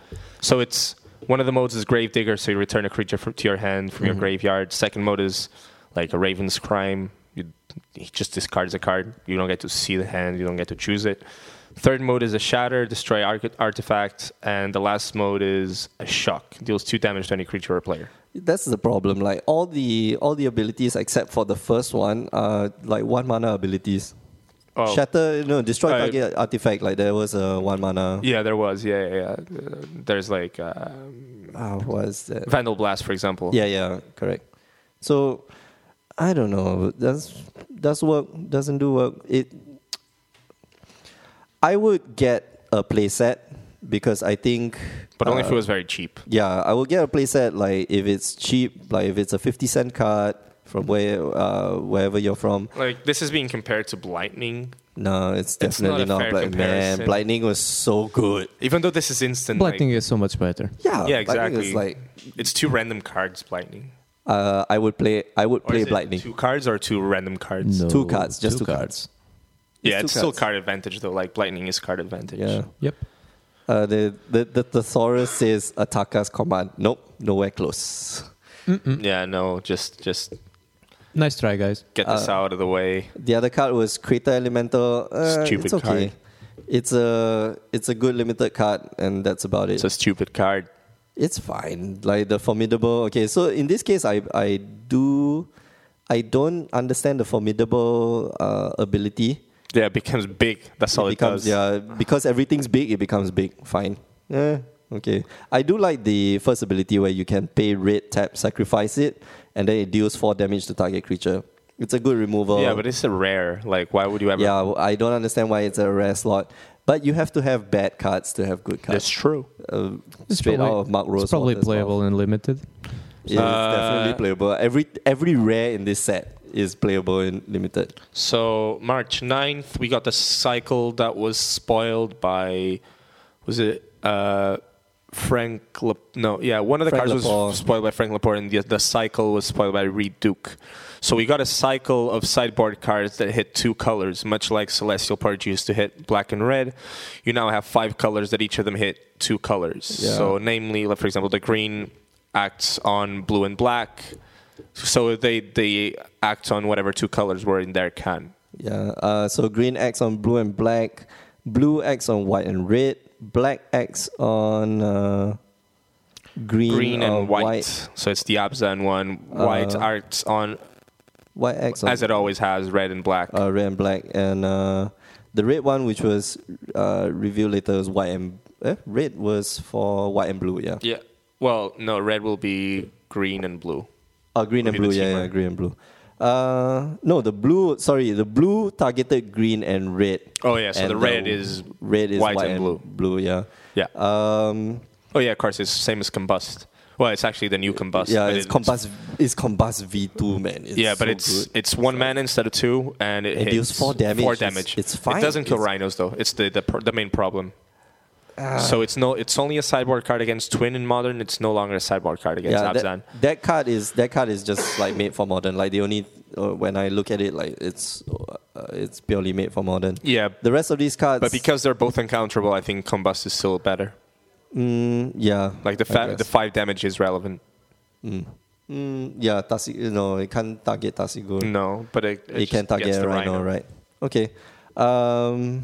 So it's one of the modes is Gravedigger, so you return a creature fr to your hand from your graveyard. Second mode is like a Raven's Crime. You, he just discards a card. You don't get to see the hand. You don't get to choose it. Third mode is a Shatter, destroy arc- artifact, and the last mode is a Shock, deals two damage to any creature or player. That's the problem. Like all the all the abilities except for the first one are like one mana abilities. Oh. Shatter, no, destroy Uh, target artifact. Like there was a one mana. Yeah, there was. Yeah, yeah. yeah. Uh, There's like uh, Ah, what is that? Vandal Blast, for example. Yeah, yeah, correct. So I don't know. Does does work? Doesn't do work. It. I would get a playset because I think. But only uh, if it was very cheap. Yeah, I will get a playset like if it's cheap, like if it's a fifty cent card from where uh, wherever you're from. Like this is being compared to Lightning, No, it's It's not definitely a not. fair Like, man, comparison. Lightning was so good. even though this is instant. Lightning like- is so much better. Yeah, yeah, Blightning exactly. is like it's two random cards, Lightning. uh, I would play. I would Or play is it Lightning. Two cards or two random cards. No, two cards, just two cards. Yeah, It's it's, two still cards. card advantage though. Like Lightning is card advantage. Yeah. Yep. Uh, the, the, the thesaurus says Ataka's command. Nope, nowhere close. Yeah, no, just just Nice try, guys. get this Uh, out of the way. The other card was Crater Elemental. Uh, Stupid it's okay. card. It's a it's a good limited card, and that's about it. It's a stupid card. it's fine. Like the formidable. Okay, so in this case, I I do I don't understand the formidable uh, ability. Yeah, it becomes big. That's all Oh, it, becomes does. yeah because everything's big it becomes big fine Eh, okay i do like the first ability where you can pay red tap sacrifice it and then it deals 4 damage to target creature it's a good removal Yeah, but it's a rare. Like, why would you ever? yeah w- i don't understand why it's a rare slot but you have to have bad cards to have good that's cards true. uh, straight out of mark rose it's probably playable in limited. yeah, it's definitely Uh, playable every every rare in this set is playable in limited So March 9th, we got the cycle that was spoiled by, was it uh, Frank? Lap no, yeah, one of the Frank cards Laporte. was spoiled by Frank Laporte, and the, the cycle was spoiled by Reed Duke. So we got a cycle of sideboard cards that hit two colors, much like Celestial Purge used to hit black and red. You now have five colors that each of them hit two colors. Yeah. So, namely, like, for example, the green acts on blue and black. So they they act on whatever two colors were in their can. Yeah. Uh, so green X on blue and black, blue X on white and red, black X on uh, green, Green or and white. white, So it's the Abzan one. White Uh, acts on white X on as it always has red and black. uh, red and black, and uh, the red one, which was uh, revealed later, was white and eh? red was for white and blue. Yeah. yeah. Well, no, red will be green and blue. Oh, green and Would be blue. the Yeah, cheaper. yeah, green and blue. Uh, no, the blue. Sorry, the blue targeted green and red. Oh yeah. So and the red is red is white and blue. Blue, yeah. yeah. Um, oh yeah. Of course, it's same as combust. Well, it's actually the new combust. Yeah, but it's Compass. It's Compass V two, man. It's yeah, but so it's good. it's one man instead of two, and it, It deals hits four damage. Four It's- damage. it's fine. It doesn't kill It's- Ah. rhinos though. It's the the, pr- the main problem. so it's no it's only a sideboard card against twin in modern. It's no longer a sideboard card against yeah. Abzan. That, that card is that card is just like made for modern. Like the only uh, when I look at it, like it's uh, it's purely made for modern. yeah, The rest of these cards, but because they're both encounterable, I think combust is still better. mm, yeah, Like the I fa- guess. the five damage is relevant. mm, yeah, Tasi, you know, it can't target Tasigur. No, but Mm, it, it, can just gets target a the rhino, right? Okay, um,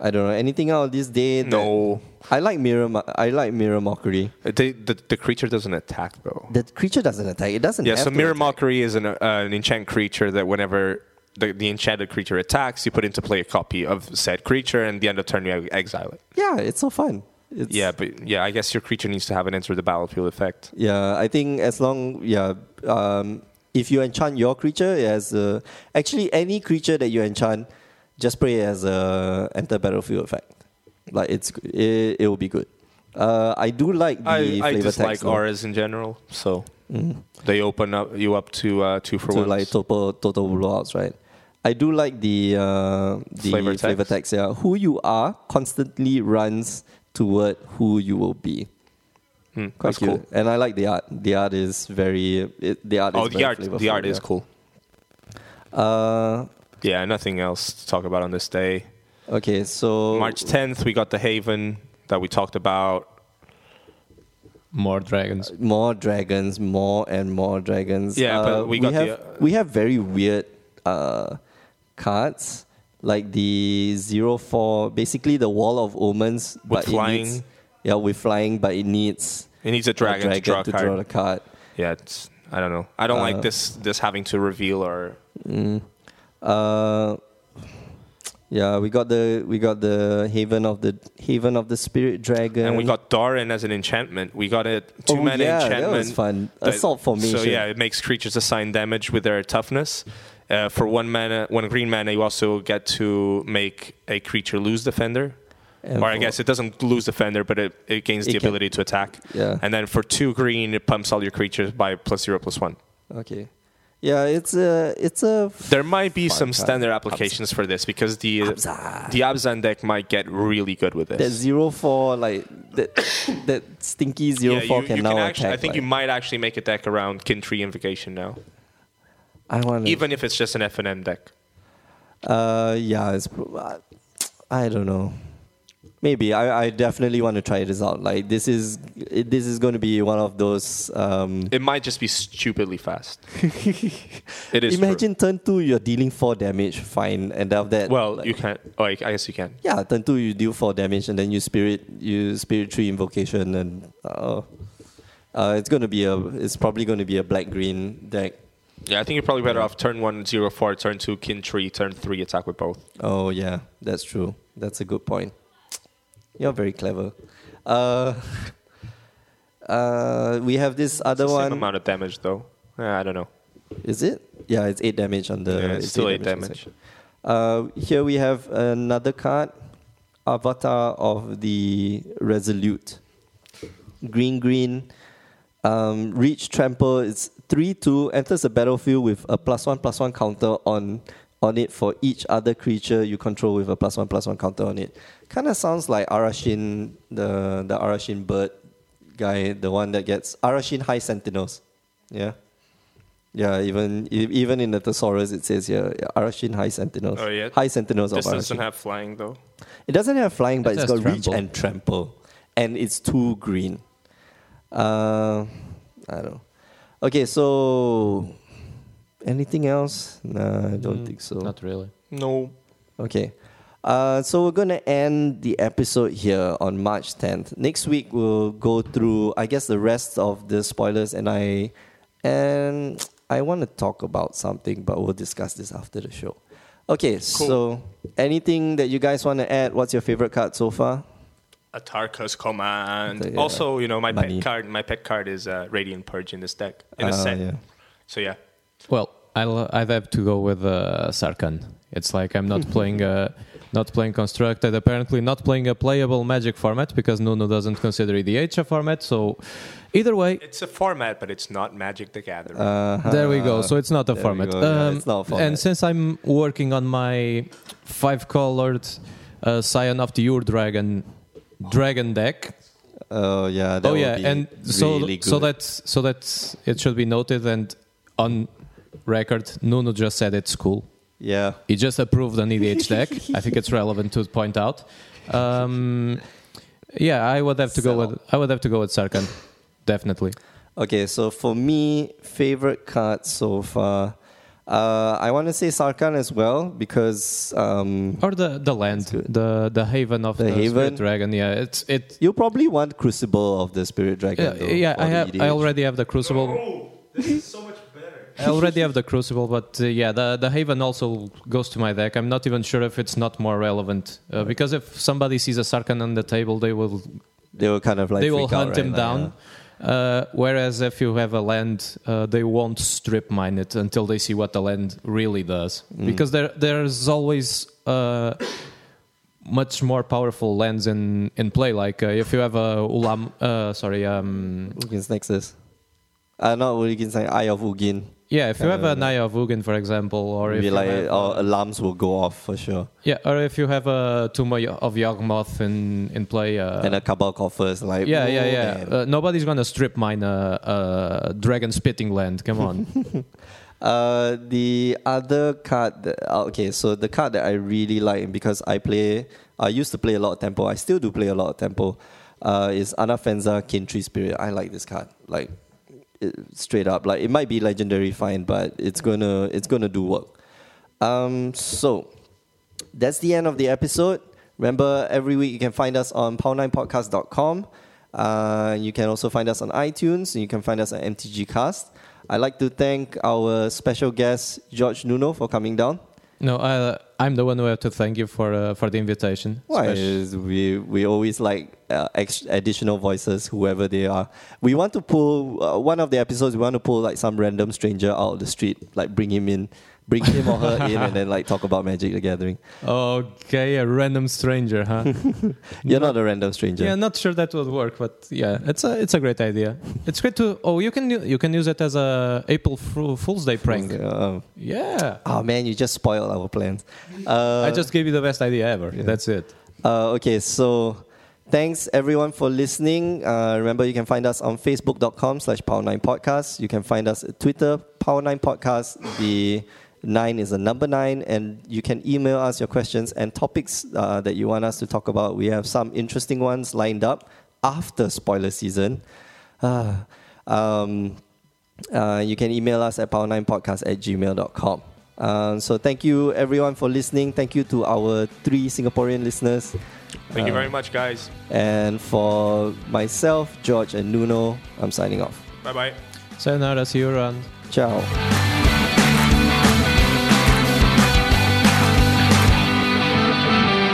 I don't know anything out of this day. that- No, I like mirror. Mo- I like mirror mockery. the, the the creature doesn't attack though. The creature doesn't attack. It doesn't. Yeah, have so to Mirror attack. Mockery is an, uh, an enchant creature that whenever the, the enchanted creature attacks, you put into play a copy of said creature, and the end of turn you e-, exile it. Yeah, it's so fun. It's, Yeah, but yeah, I guess your creature needs to have an enter the battlefield effect. Yeah, I think as long yeah, um, if you enchant your creature it has a, actually any creature that you enchant, just pray as a enter battlefield effect. Like it's it, it will be good. Uh, I do like the I, I flavor dislike text though, Mm. auras in general, so they open up you up to uh, two for to one. like total total blowouts, right? I do like the uh, the Flavor flavor, text. text. Yeah, who you are constantly runs toward who you will be. Hmm, Quite that's cute. cool. And I like the art. The art is very. It, the art. Oh, is the very art, the flavorful, art is yeah. cool. Uh, Yeah, nothing else to talk about on this day. okay, so March 10th, we got the Haven that we talked about. More dragons. more dragons, more and more dragons. Yeah, but we got have the, uh, we have very weird uh, cards like the zero four, basically the wall of omens, With but flying. It needs, yeah, with flying, but it needs It needs a a dragon, to draw a card. the card. Yeah, it's, I don't know. I don't Uh, like this this having to reveal or Uh, yeah, we got the we got the haven of the haven of the spirit dragon, and we got Doran as an enchantment. We got it Oh, two man yeah, that was enchantment. fun. that- Assault So formation. yeah, it makes creatures assign damage with their toughness. Uh, for one mana, one green mana, you also get to make a creature lose defender. And or I for- guess it doesn't lose defender, but it, it gains It the can- ability to attack. Yeah. And then for two green, it pumps all your creatures by plus zero plus one. okay, yeah, it's a it's a There might be Fun some fact. standard applications for this because the the Abzan deck might get really good with this. that zero four like that that stinky zero you- four you can now actually, attack. I think you like- might actually make a deck around Kintry Invocation now, I want even if it's just an F and M deck. Uh, yeah, it's. pro- uh, I don't know. Maybe I, I definitely want to try this out. Like this is it- this is going to be one of those. Um, It might just be stupidly fast. it is. true. imagine turn two you're dealing four damage, fine, and after that. Well, like- you can. Oh, I I guess you can. Yeah, turn two you deal four damage and then you spirit you spirit three invocation and uh, uh it's gonna be a it's probably gonna be a black green deck. Yeah, I think you're probably better off turn one zero four, turn two Kintry, turn three attack with both. Oh yeah, that's true. That's a good point. You're very clever. Uh, uh, we have this other It's the same one. amount of damage though. Eh, I don't know. Is it? Yeah, it's eight damage on the. Yeah, it's still eight on the damage. side. Uh, here we have another card, Avatar of the Resolute. Green, green. Um, reach trample. It's three two. Enters the battlefield with a plus one plus one counter on on it for each other creature you control with a plus one plus one counter on it. Kind of sounds like Arashin, the the Arashin bird guy, the one that gets Arashin High Sentinels. Yeah. Yeah, even e- even in the thesaurus it says here Arashin High Sentinels. Oh, yeah. High Sentinels This of doesn't Arashin. have flying though. It doesn't have flying, but It it has has got reach trample. and trample, and it's two green. Uh, I don't. know. Okay, so anything else? Nah, I don't Mm, think so. Not really. No. Okay. Uh, so we're going to end the episode here on March 10th. Next week we'll go through I guess the rest of the spoilers and I and I want to talk about something but we'll discuss this after the show. Okay, so anything that you guys want to add? What's your favorite card so far? Atarka's command. Yeah. Also, you know, my Money. pet card. My pet card is uh, Radiant Purge in this deck in a Oh, set. yeah. So yeah, Well, I'll, I'd have to go with uh, Sarkhan. It's like I'm not playing uh, not playing constructed. Apparently, not playing a playable Magic format because Nuno doesn't consider EDH a format. So, either way, it's a format, but it's not Magic the Gathering. there we go. So it's not a Ah, There we format. Um, go. Yeah, it's not a And format. since I'm working on my five-colored uh, Scion of the Ur Dragon dragon deck, Oh yeah, that oh will yeah, be and so really so good. that's so that's it should be noted and on record. Nuno just said it's cool. yeah. He just approved an EDH deck. I think it's relevant to point out. Um, yeah, I would have to go with I would have to go with Sarkhan, definitely. Okay, so for me, favorite card so far. Uh, I want to say Sarkhan as well because um, Or the the land, good. the the haven of The the, Spirit haven. dragon. Yeah, it's it. you probably want Crucible of the Spirit Dragon. Yeah, though, yeah for I the E have I EDH. already have the crucible. Oh, this is so much better. I already have the crucible, but uh, yeah, the the haven also goes to my deck. I'm not even sure if it's not more relevant uh, because if somebody sees a Sarkhan on the table, they will They will kind of like they will freak out, hunt him right? Like, down. Uh, whereas if you have a land, uh, they won't strip mine it until they see what the land really does, Mm. because there there's always uh, much more powerful lands in in play. Like uh, if you have a ulam, uh, sorry, um, yeah. Ugin's Nexus. Uh, not Ugin's like Eye of Ugin. yeah, if you have an Eye of Ugin, for example, or if Be you like, uh, have, our alarms will go off for sure. yeah, or if you have a Tomb of Yawgmoth in in play, uh, and a couple coffers, like yeah, "Whoa, yeah, yeah. man." Uh, nobody's gonna strip mine a uh, uh, dragon spitting land. Come on, Uh, the other card, that, uh, okay, so the card that I really like and because I play, I used to play a lot of tempo. I still do play a lot of tempo. Uh, is Anafenza Kintree Spirit. I like this card, like it, straight up. Like it might be legendary, fine, but it's gonna it's gonna do work. Um, so that's the end of the episode. Remember, every week you can find us on pound9podcast.com. Uh, you can also find us on iTunes. And you can find us at MTG Cast. I'd like to thank our special guest, George Nuno, for coming down. no, uh, I'm the one who have to thank you for uh, for the invitation. Why? Especially- Is we, we always like uh, ex- additional voices, whoever they are. We want to pull, uh, one of the episodes, we want to pull like some random stranger out of the street, like bring him in, bring him or her in, and then like talk about Magic the Gathering. Okay, a random stranger, huh? You're not a random stranger. Yeah, not sure that would work, but yeah, it's a it's a great idea. It's great to oh you can u- you can use it as a April Fo- Fool's Day prank. Uh, Yeah, Oh man, you just spoiled our plans. Uh, I just gave you the best idea ever. That's it. uh, okay, so thanks everyone for listening. Uh, remember, you can find us on facebook.com slash power9podcast. You can find us at Twitter, power9podcast. The nine is a number nine. And you can email us your questions and topics uh, that you want us to talk about. We have some interesting ones lined up after spoiler season. Ah, um, uh, you can email us at power9podcast at gmail.com. Um, so thank you everyone for listening. Thank you to our three Singaporean listeners. Thank you very much, guys. And for myself, George, and Nuno, I'm signing off. Bye bye. Sayonara, see you around. Ciao.